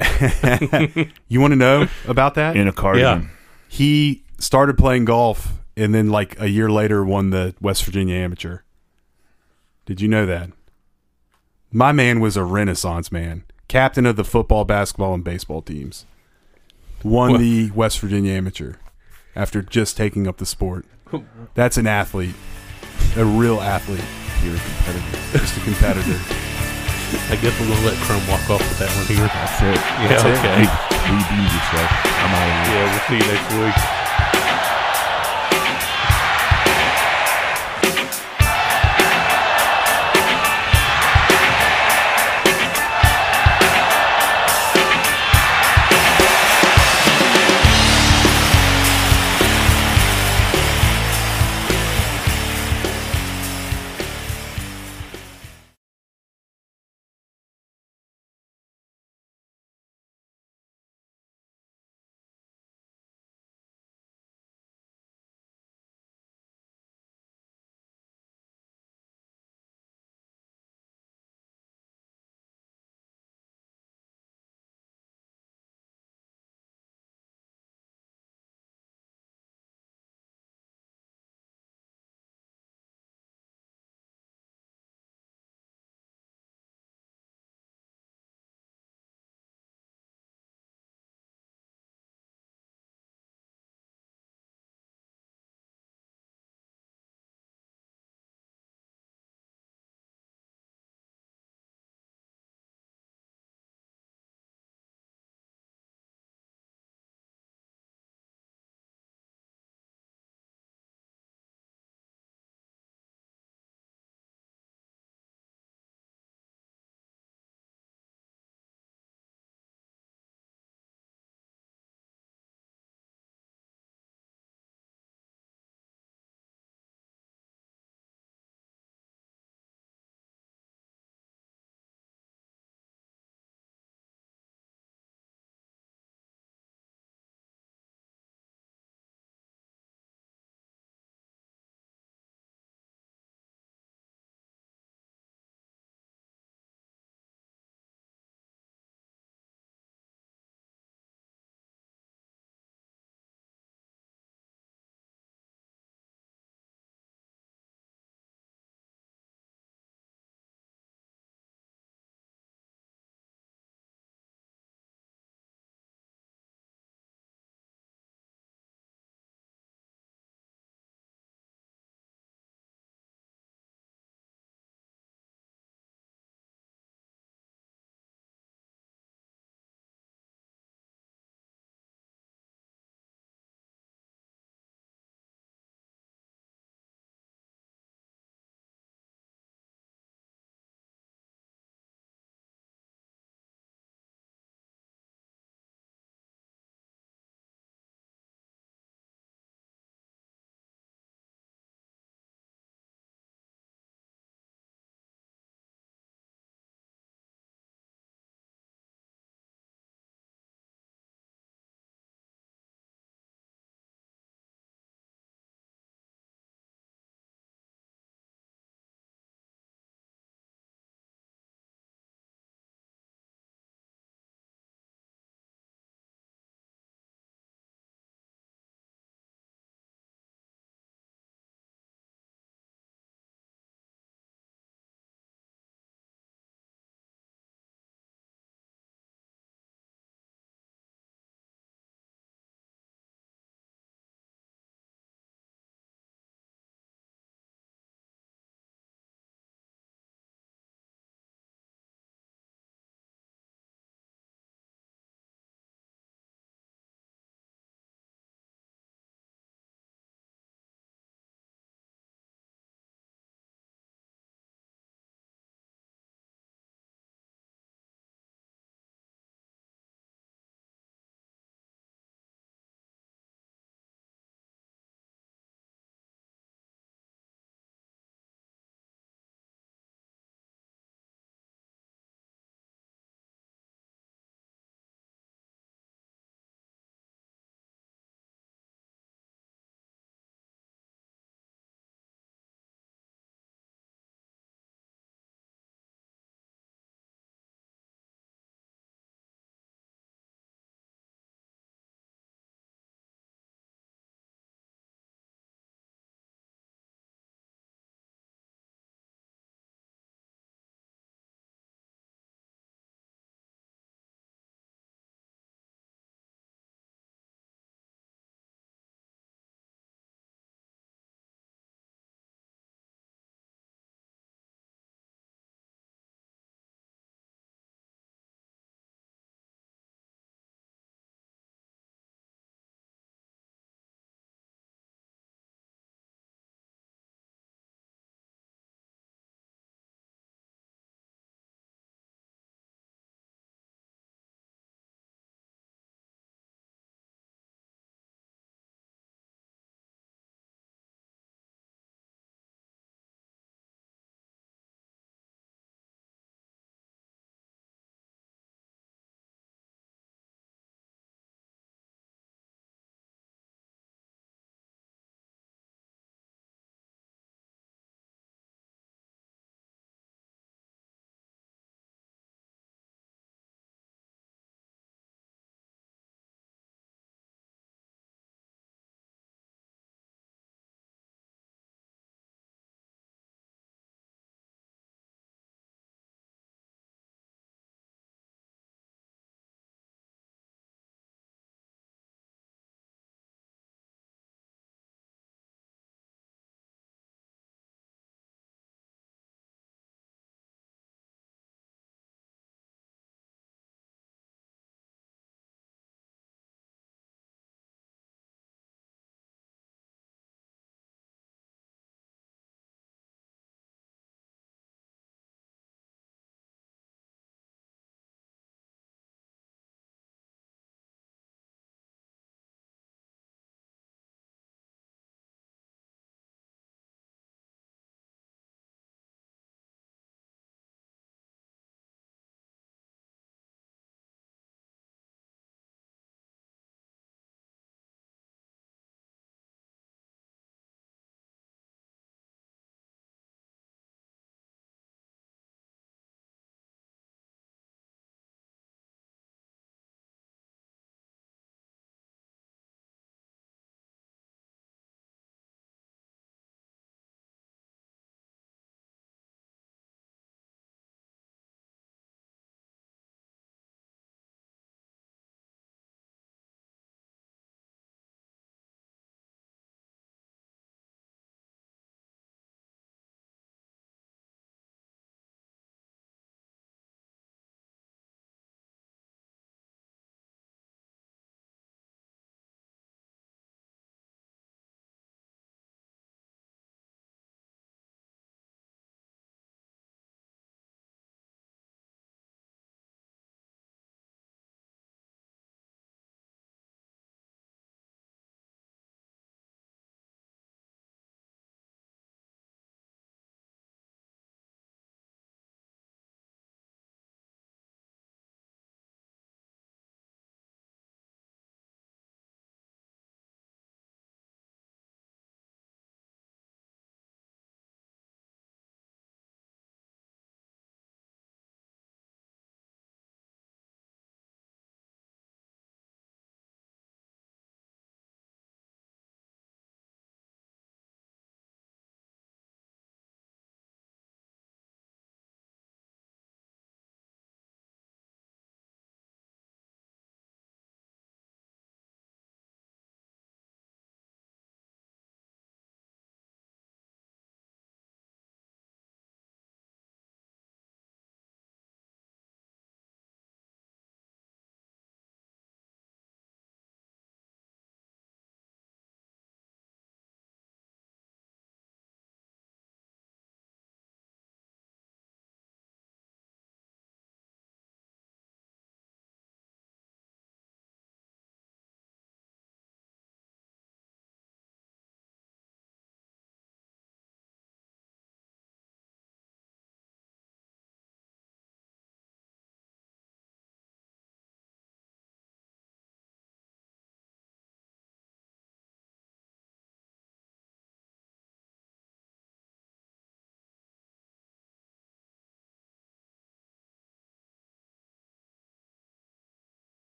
A: You want to know about that?
C: in a cardigan.
A: he started playing golf and then like a year later won the West Virginia amateur. Did you know that? My man was a renaissance man, captain of the football, basketball and baseball teams. Won
B: Well-
A: the West Virginia amateur after just taking up the sport. That's an athlete. A real athlete. You're a competitor. Just a competitor.
B: I guess we're going to let Chrome walk off with that one here.
C: That's it.
B: Yeah,
C: That's
B: okay.
C: It. Hey, redeem yourself. I'm out of here.
B: Yeah, we'll see you next week.